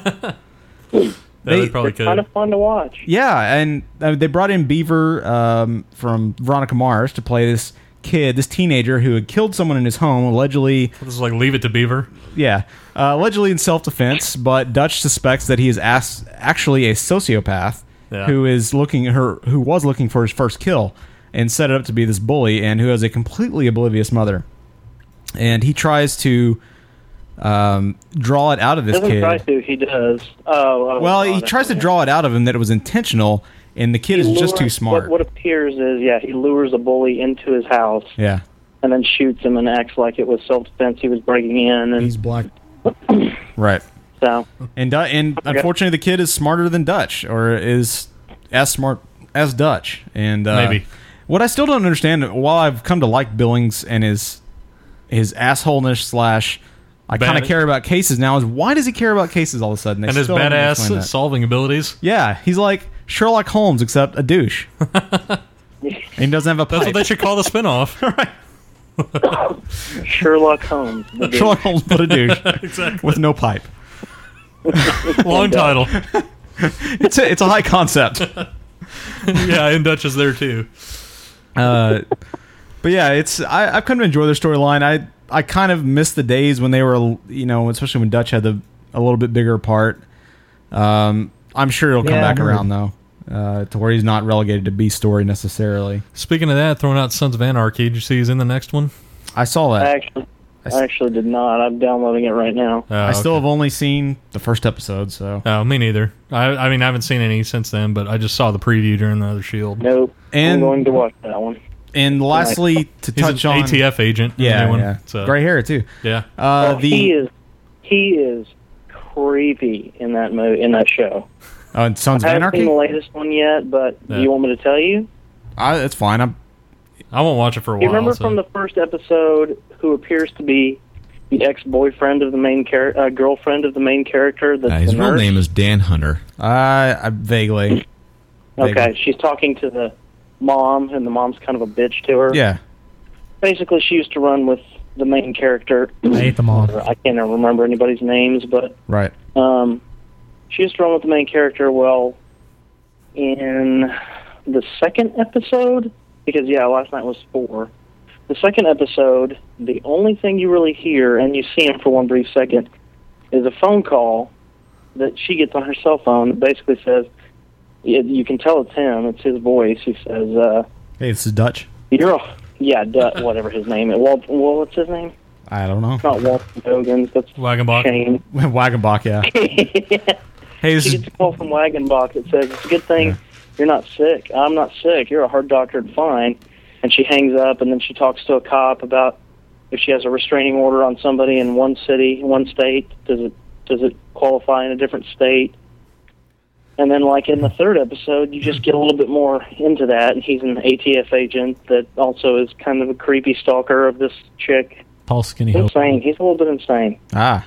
[SPEAKER 1] They, probably
[SPEAKER 7] it's kind
[SPEAKER 1] could.
[SPEAKER 7] of fun to watch.
[SPEAKER 5] Yeah, and uh, they brought in Beaver um, from Veronica Mars to play this kid, this teenager who had killed someone in his home, allegedly.
[SPEAKER 1] This is like Leave It to Beaver.
[SPEAKER 5] Yeah, uh, allegedly in self-defense, but Dutch suspects that he is ass- actually a sociopath
[SPEAKER 1] Yeah.
[SPEAKER 5] who is looking her, who was looking for his first kill, and set it up to be this bully, and who has a completely oblivious mother, and he tries to um, draw it out of this
[SPEAKER 7] Doesn't
[SPEAKER 5] kid.
[SPEAKER 7] try to. He does. Oh, oh,
[SPEAKER 5] Well, he
[SPEAKER 7] God.
[SPEAKER 5] tries to draw it out of him that it was intentional, and the kid is
[SPEAKER 7] He
[SPEAKER 5] just too
[SPEAKER 7] lures-
[SPEAKER 5] smart.
[SPEAKER 7] What, what appears is, yeah, he lures a bully into his house
[SPEAKER 5] Yeah.
[SPEAKER 7] and then shoots him and acts like it was self defense. He was breaking in, and he's
[SPEAKER 2] black.
[SPEAKER 5] Right.
[SPEAKER 7] So
[SPEAKER 5] And Du- and unfortunately, the kid is smarter than Dutch, or is as smart as Dutch. And uh,
[SPEAKER 1] Maybe.
[SPEAKER 5] what I still don't understand, while I've come to like Billings and his his assholeness slash, I
[SPEAKER 1] Bad-
[SPEAKER 5] kind of care about cases now. Is why does he care about cases all of a sudden? They
[SPEAKER 1] And his
[SPEAKER 5] still haven't explained
[SPEAKER 1] badass
[SPEAKER 5] that.
[SPEAKER 1] solving abilities.
[SPEAKER 5] Yeah, he's like Sherlock Holmes except a douche. and he doesn't have a
[SPEAKER 1] That's
[SPEAKER 5] pipe.
[SPEAKER 1] what they should call the spinoff.
[SPEAKER 7] Sherlock Holmes. the dude.
[SPEAKER 5] Sherlock Holmes but a douche
[SPEAKER 1] Exactly.
[SPEAKER 5] with no pipe.
[SPEAKER 1] Long title.
[SPEAKER 5] It's a, it's a high concept.
[SPEAKER 1] yeah, and Dutch is there too.
[SPEAKER 5] Uh, but yeah, it's I, I've come to enjoy their storyline. I I kind of miss the days when they were, you know, especially when Dutch had the a little bit bigger part. Um, I'm sure it'll come
[SPEAKER 1] Yeah, I
[SPEAKER 5] back around though, uh, to where he's not relegated to B story necessarily.
[SPEAKER 1] Speaking of that, throwing out Sons of Anarchy. Did you see he's in the next one?
[SPEAKER 5] I saw
[SPEAKER 7] I
[SPEAKER 5] that.
[SPEAKER 7] actually, I actually did not. I'm downloading it right now.
[SPEAKER 1] Oh,
[SPEAKER 5] I still
[SPEAKER 1] okay.
[SPEAKER 5] have only seen the first episode, so
[SPEAKER 1] Oh, me neither. I, I mean, I haven't seen any since then, but I just saw the preview during the other Shield.
[SPEAKER 7] Nope.
[SPEAKER 5] And-
[SPEAKER 7] I'm going to watch that one.
[SPEAKER 5] and lastly to
[SPEAKER 1] He's
[SPEAKER 5] touch
[SPEAKER 1] an
[SPEAKER 5] on
[SPEAKER 1] ATF agent. in the
[SPEAKER 5] yeah,
[SPEAKER 1] new one,
[SPEAKER 5] yeah.
[SPEAKER 1] so-
[SPEAKER 5] gray hair too.
[SPEAKER 1] Yeah.
[SPEAKER 5] Uh,
[SPEAKER 7] Oh,
[SPEAKER 5] the
[SPEAKER 7] he is he is creepy in that mo- in that show.
[SPEAKER 5] oh, and Sons of
[SPEAKER 7] I haven't seen
[SPEAKER 5] Anarchy.
[SPEAKER 7] the latest one yet, but
[SPEAKER 5] Yeah.
[SPEAKER 7] you want me to tell you?
[SPEAKER 5] I, that's fine. I'm,
[SPEAKER 1] I won't watch it for a
[SPEAKER 7] You remember from the first episode who appears to be the ex-boyfriend of the main character, uh, girlfriend of the main character? The,
[SPEAKER 11] Uh, his
[SPEAKER 7] the
[SPEAKER 11] real
[SPEAKER 7] nurse?
[SPEAKER 11] name is Dan Hunter.
[SPEAKER 5] Uh, I vaguely.
[SPEAKER 7] Okay, she's talking to the mom, and the mom's kind of a bitch to her.
[SPEAKER 5] Yeah.
[SPEAKER 7] Basically, she used to run with the main character.
[SPEAKER 12] I hate them all.
[SPEAKER 7] I can't remember anybody's names, but
[SPEAKER 5] Right.
[SPEAKER 7] um, she used to run with the main character. Well, in the second episode, because yeah, last night was four. The second episode, the only thing you really hear, and you see him for one brief second, is a phone call that she gets on her cell phone that basically says, you you can tell it's him, it's his voice. He says, uh,
[SPEAKER 5] Hey, this is Dutch.
[SPEAKER 7] you're, a- yeah, duh, whatever his name is. Walt, well, what's his name?
[SPEAKER 5] I don't know.
[SPEAKER 7] Not Walton Hogan's, that's
[SPEAKER 1] Wagenbach.
[SPEAKER 7] Shane.
[SPEAKER 5] Wagenbach, yeah. Hey, this
[SPEAKER 7] she
[SPEAKER 5] is
[SPEAKER 7] gets a call from Wagenbach that says, It's a good thing you're not sick. I'm not sick. You're a hard doctor and fine. And she hangs up, and then she talks to a cop about if she has a restraining order on somebody in one city, one state, does it does it qualify in a different state? And then, like in the third episode, you just get a little bit more into that, and he's an ATF agent that also is kind of a creepy stalker of this chick.
[SPEAKER 11] Paul Skinny
[SPEAKER 7] He's insane. He's a little bit insane.
[SPEAKER 5] ah.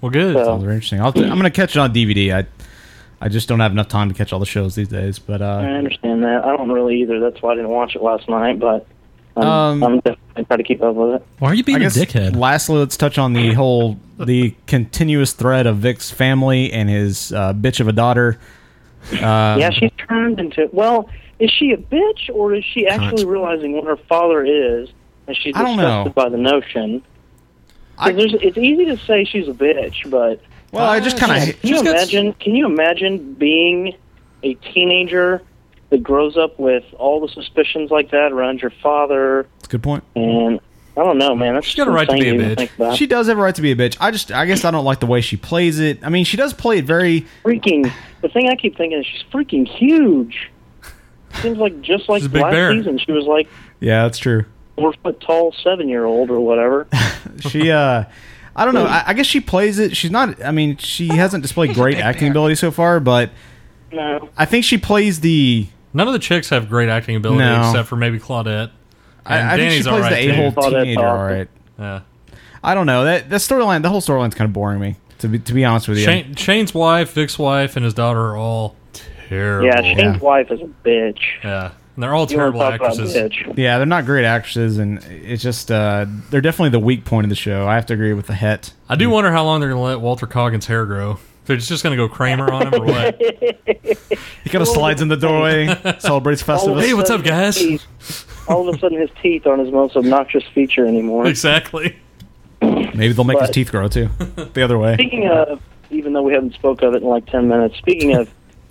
[SPEAKER 1] Well, good.
[SPEAKER 5] Sounds very interesting. I'll, I'm going to catch it on DVD. I I just don't have enough time to catch all the shows these days. But
[SPEAKER 7] I
[SPEAKER 5] uh,
[SPEAKER 7] understand that. I don't really either. That's why I didn't watch it last night, but I'm,
[SPEAKER 5] Um,
[SPEAKER 7] I'm definitely trying to keep up with it.
[SPEAKER 11] why are you
[SPEAKER 5] being a dickhead? Lastly, let's touch on the whole the continuous thread of Vic's family and his uh, bitch of a daughter. Um,
[SPEAKER 7] yeah, she's turned into. Well, is she a bitch or is she actually realizing what her father is, and she's
[SPEAKER 5] I don't
[SPEAKER 7] disgusted
[SPEAKER 5] know.
[SPEAKER 7] by the notion? 'Cause there's, it's easy to say she's a bitch, but
[SPEAKER 5] Well, I just kinda-
[SPEAKER 7] Can you
[SPEAKER 5] she's got s-
[SPEAKER 7] imagine? Can you imagine being a teenager that grows up with all the suspicions like that around your father?
[SPEAKER 5] That's a good point.
[SPEAKER 7] And I don't know, man. That's
[SPEAKER 5] She's got a right to
[SPEAKER 7] insane
[SPEAKER 5] be a
[SPEAKER 7] even think about.
[SPEAKER 5] bitch. She does have a right to be a bitch. I just, I guess, I don't like the way she plays it. I mean, she does play it very.
[SPEAKER 7] freaking the thing I keep thinking is she's freaking huge. Seems like just like
[SPEAKER 5] She's a big
[SPEAKER 7] last
[SPEAKER 5] bear.
[SPEAKER 7] season she was like
[SPEAKER 5] Yeah, that's true.
[SPEAKER 7] four foot tall seven year old or whatever.
[SPEAKER 5] she uh i don't know I, I guess she plays it she's not i mean she hasn't displayed great acting ability so far but
[SPEAKER 7] no.
[SPEAKER 5] i think she plays the
[SPEAKER 1] None of the chicks have great acting ability
[SPEAKER 5] No.
[SPEAKER 1] except for maybe Claudette.
[SPEAKER 5] I, I think she plays the a-hole teenager, all right.
[SPEAKER 1] Yeah.
[SPEAKER 5] I don't know that that storyline. The whole storyline's kind of boring me. To be to be honest with you,
[SPEAKER 1] Shane, Shane's wife, Vic's wife, and his daughter are all terrible.
[SPEAKER 7] Yeah, Shane's wife is a bitch.
[SPEAKER 1] Yeah, and they're all
[SPEAKER 7] You wanna
[SPEAKER 1] terrible
[SPEAKER 7] talk about
[SPEAKER 1] actresses.
[SPEAKER 7] bitch.
[SPEAKER 5] Yeah, they're not great actresses, and it's just uh, they're definitely the weak point of the show. I have to agree with the het.
[SPEAKER 1] I do wonder how long they're going to let Walter Coggins' hair grow. They're just going to go Kramer on him or what?
[SPEAKER 5] He kind of slides in the doorway, celebrates
[SPEAKER 7] All of
[SPEAKER 5] Festivus.
[SPEAKER 7] a sudden, his teeth- all of a sudden, his teeth aren't his most obnoxious feature anymore.
[SPEAKER 1] Exactly.
[SPEAKER 5] Maybe they'll make his
[SPEAKER 7] But-
[SPEAKER 5] teeth grow too, the other way.
[SPEAKER 7] Speaking of, even though we haven't spoke of it in like ten minutes. Speaking of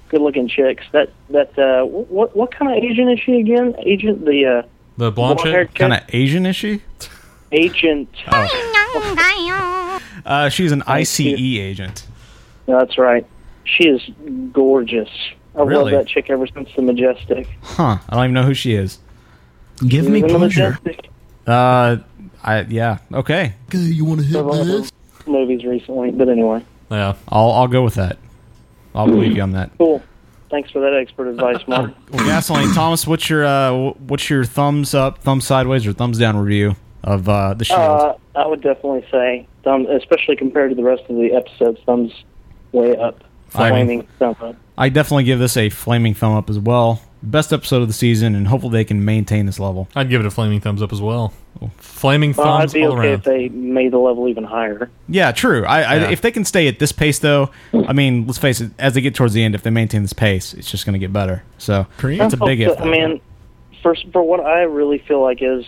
[SPEAKER 7] good-looking chicks, that that uh, wh- what what kind of Asian is she again? Agent the uh,
[SPEAKER 1] The
[SPEAKER 7] blonde chick? Blonde-haired chick?
[SPEAKER 5] kind of Asian is she?
[SPEAKER 7] agent.
[SPEAKER 5] Oh. Uh, she's an ICE agent.
[SPEAKER 7] No, That's right. She is gorgeous. I
[SPEAKER 5] Really?
[SPEAKER 7] love that chick ever since the Majestic.
[SPEAKER 5] Huh? I don't even know who she is.
[SPEAKER 7] Give me pleasure.
[SPEAKER 5] Uh, I yeah okay.
[SPEAKER 7] you want to hit this? Movies recently, but anyway,
[SPEAKER 1] Yeah,
[SPEAKER 5] I'll I'll go with that. I'll believe you on that.
[SPEAKER 7] cool. Thanks for that expert advice, Mark.
[SPEAKER 5] Well, gasoline, Thomas. What's your uh, wh- what's your thumbs up, thumbs sideways, or thumbs down review of uh, the show?
[SPEAKER 7] Uh, I would definitely say thumbs, especially compared to the rest of the episodes, thumbs way up.
[SPEAKER 5] Fine.
[SPEAKER 7] Flaming thumb up.
[SPEAKER 5] I definitely give this a flaming thumb up as well. Best episode of the season, and hopefully they can maintain this level.
[SPEAKER 1] I'd give it a flaming thumbs up as well. Flaming
[SPEAKER 7] Well, I'd
[SPEAKER 1] thumbs
[SPEAKER 7] be
[SPEAKER 1] all
[SPEAKER 7] okay if
[SPEAKER 1] around.
[SPEAKER 7] they made the level even higher.
[SPEAKER 5] Yeah, true. I, I
[SPEAKER 1] Yeah.
[SPEAKER 5] if they can stay at this pace though, I mean, let's face it. As they get towards the end, if they maintain this pace, it's just going to get better. So that's a
[SPEAKER 7] I
[SPEAKER 5] big
[SPEAKER 7] hope
[SPEAKER 5] if.
[SPEAKER 7] that- I mean, first for what I really feel like is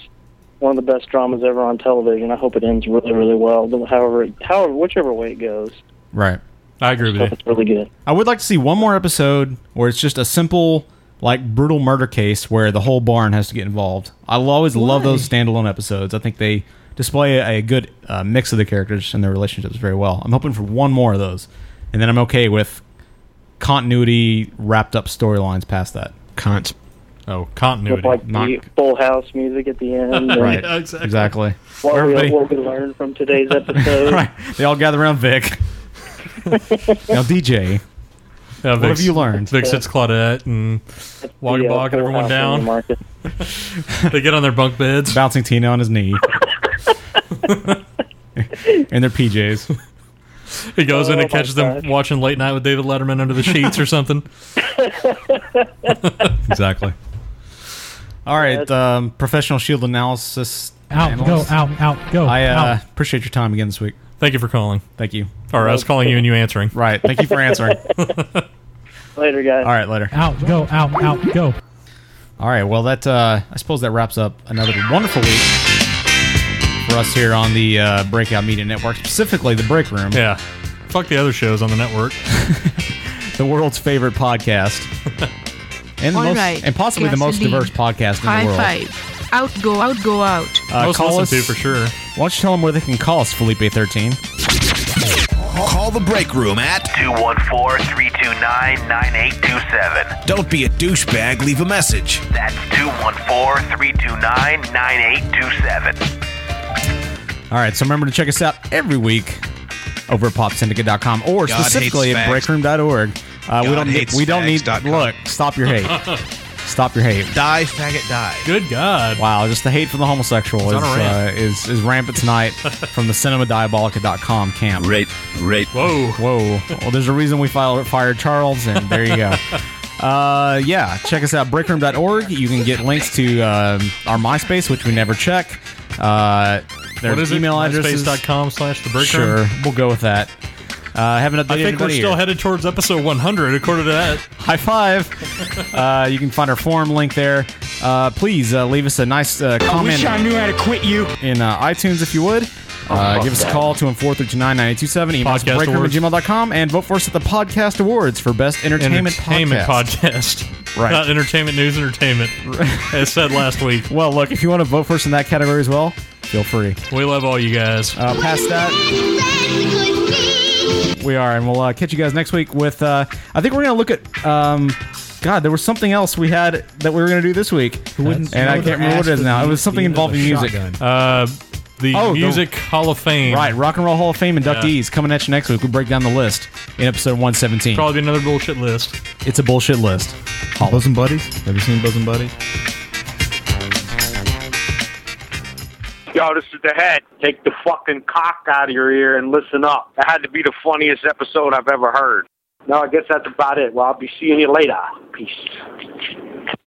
[SPEAKER 7] one of the best dramas ever on television. I hope it ends really, really well. However, however, whichever way it goes,
[SPEAKER 5] right.
[SPEAKER 1] I agree with you.
[SPEAKER 7] it's really good.
[SPEAKER 5] I would like to see one more episode where it's just a simple, like, brutal murder case where the whole barn has to get involved. I will always love those standalone episodes. I think they display a good uh, mix of the characters and their relationships very well. I'm hoping for one more of those, and then I'm okay with continuity wrapped up storylines past that.
[SPEAKER 2] Cunt.
[SPEAKER 1] Oh, continuity.
[SPEAKER 7] With like
[SPEAKER 5] Not-
[SPEAKER 7] the Full House music at the end. and
[SPEAKER 5] Right.
[SPEAKER 1] exactly.
[SPEAKER 5] Exactly.
[SPEAKER 7] What we,
[SPEAKER 5] Everybody-
[SPEAKER 7] what we learned from today's episode.
[SPEAKER 5] right. They all gather around Vic. now, DJ,
[SPEAKER 1] Yeah,
[SPEAKER 5] what have you learned?
[SPEAKER 1] Vic sits Claudette and Wagga
[SPEAKER 7] Yeah,
[SPEAKER 1] Bog and
[SPEAKER 7] Full
[SPEAKER 1] everyone
[SPEAKER 7] House in the
[SPEAKER 1] down.
[SPEAKER 7] market.
[SPEAKER 1] they get on their bunk beds.
[SPEAKER 5] Bouncing Tina on his knee. and their PJs.
[SPEAKER 1] He goes in
[SPEAKER 7] Oh
[SPEAKER 1] and
[SPEAKER 7] my
[SPEAKER 1] catches them watching Late Night with David Letterman under the sheets or something.
[SPEAKER 5] exactly. All right, um, professional shield analysis.
[SPEAKER 11] Out, go,
[SPEAKER 5] analyst.
[SPEAKER 11] out, out, go.
[SPEAKER 5] I uh,
[SPEAKER 11] out.
[SPEAKER 5] appreciate your time again this week.
[SPEAKER 1] Thank you for calling.
[SPEAKER 5] Thank you.
[SPEAKER 1] Or I was calling you and you answering.
[SPEAKER 5] Right. Thank you for answering. All
[SPEAKER 7] Later, guys.
[SPEAKER 5] right, later.
[SPEAKER 11] Out, go, out, out, go.
[SPEAKER 5] All right. Well, that uh, I suppose that wraps up another wonderful week for us here on the uh, Breakout Media Network, specifically the Break Room,
[SPEAKER 1] Yeah. Fuck the other shows on the network.
[SPEAKER 5] the world's favorite podcast, and the
[SPEAKER 25] All
[SPEAKER 5] most,
[SPEAKER 25] right.
[SPEAKER 5] and possibly the
[SPEAKER 25] Yes,
[SPEAKER 5] most
[SPEAKER 25] indeed.
[SPEAKER 5] diverse podcast in
[SPEAKER 25] High
[SPEAKER 5] the world.
[SPEAKER 25] five. Out, go, out, go, out.
[SPEAKER 5] Uh,
[SPEAKER 1] Most
[SPEAKER 5] call
[SPEAKER 1] listened
[SPEAKER 5] us
[SPEAKER 1] to for sure.
[SPEAKER 5] Why don't you tell them where they can call us, Felipe13?
[SPEAKER 3] Call the break room at
[SPEAKER 12] 214 329 9827.
[SPEAKER 3] Don't Be a Douchebag, leave a message.
[SPEAKER 12] That's 214 329 9827.
[SPEAKER 5] All right, so remember to check us out every week over at popsyndicate.com or
[SPEAKER 12] God hates
[SPEAKER 5] specifically at
[SPEAKER 12] fags.
[SPEAKER 5] breakroom.org. Uh, we
[SPEAKER 12] God
[SPEAKER 5] don't need,
[SPEAKER 12] hates
[SPEAKER 5] we don't need look, stop your hate. Stop your hate.
[SPEAKER 3] Die, faggot, die.
[SPEAKER 1] Good God.
[SPEAKER 5] Wow, just the hate from the homosexual
[SPEAKER 1] It's
[SPEAKER 5] is,
[SPEAKER 1] on a
[SPEAKER 5] uh,
[SPEAKER 1] rant.
[SPEAKER 5] is is rampant tonight from the cinemadiabolica.com camp.
[SPEAKER 12] Rate, rate.
[SPEAKER 1] Whoa.
[SPEAKER 5] Whoa. Well, there's a reason we filed, fired Charles, and there you go. Uh, yeah, check us out, breakroom.org. You can get links to um, our MySpace, which we never check. Uh, there's
[SPEAKER 1] What is
[SPEAKER 5] email
[SPEAKER 1] it?
[SPEAKER 5] addresses.
[SPEAKER 1] MySpace.com slash the break
[SPEAKER 5] sure,
[SPEAKER 1] room.
[SPEAKER 5] we'll go with that. Uh, haven't updated
[SPEAKER 1] I think we're
[SPEAKER 5] anybody
[SPEAKER 1] still
[SPEAKER 5] here.
[SPEAKER 1] headed towards episode 100, according to that.
[SPEAKER 5] High five! uh, you can find our forum link there. Uh, please uh, leave us a nice uh, comment.
[SPEAKER 13] wish I knew how to quit you.
[SPEAKER 5] in uh, iTunes if you would. Uh, give us a call, 214-329-9827, email us at
[SPEAKER 1] Podcast Awards.
[SPEAKER 5] breakroom@gmail.com, and vote for us at the Podcast Awards for Best Entertainment,
[SPEAKER 1] Entertainment
[SPEAKER 5] Podcast.
[SPEAKER 1] podcast.
[SPEAKER 5] Right.
[SPEAKER 1] Not entertainment news, entertainment, as said last week.
[SPEAKER 5] Well, look, if you want to vote for us in that category as well, feel free.
[SPEAKER 1] We love all you guys.
[SPEAKER 5] Uh, past that, we are, and we'll uh, catch you guys next week with, uh, I think we're going to look at, um, God, there was something else we had that we were going to do this week.
[SPEAKER 1] wouldn't
[SPEAKER 5] and I
[SPEAKER 1] know
[SPEAKER 5] can't
[SPEAKER 1] their
[SPEAKER 5] remember what it
[SPEAKER 1] ass
[SPEAKER 5] is
[SPEAKER 1] would
[SPEAKER 5] now. It
[SPEAKER 1] need
[SPEAKER 5] was
[SPEAKER 1] the
[SPEAKER 5] something
[SPEAKER 1] end of a
[SPEAKER 5] involving music.
[SPEAKER 1] Uh, the
[SPEAKER 5] Oh, the-
[SPEAKER 1] Music Hall of Fame.
[SPEAKER 5] Right, Rock and Roll Hall of Fame inductees coming at you next week. We break down the list in episode 117.
[SPEAKER 1] Probably be another bullshit list.
[SPEAKER 5] It's a bullshit list.
[SPEAKER 1] Bosom Buddies?
[SPEAKER 5] Have you seen Bosom Buddies?
[SPEAKER 6] Yo, this is the head. Take the fucking cock out of your ear and listen up. That had to be the funniest episode I've ever heard. No, I guess that's about it. Well, I'll be seeing you later. Peace.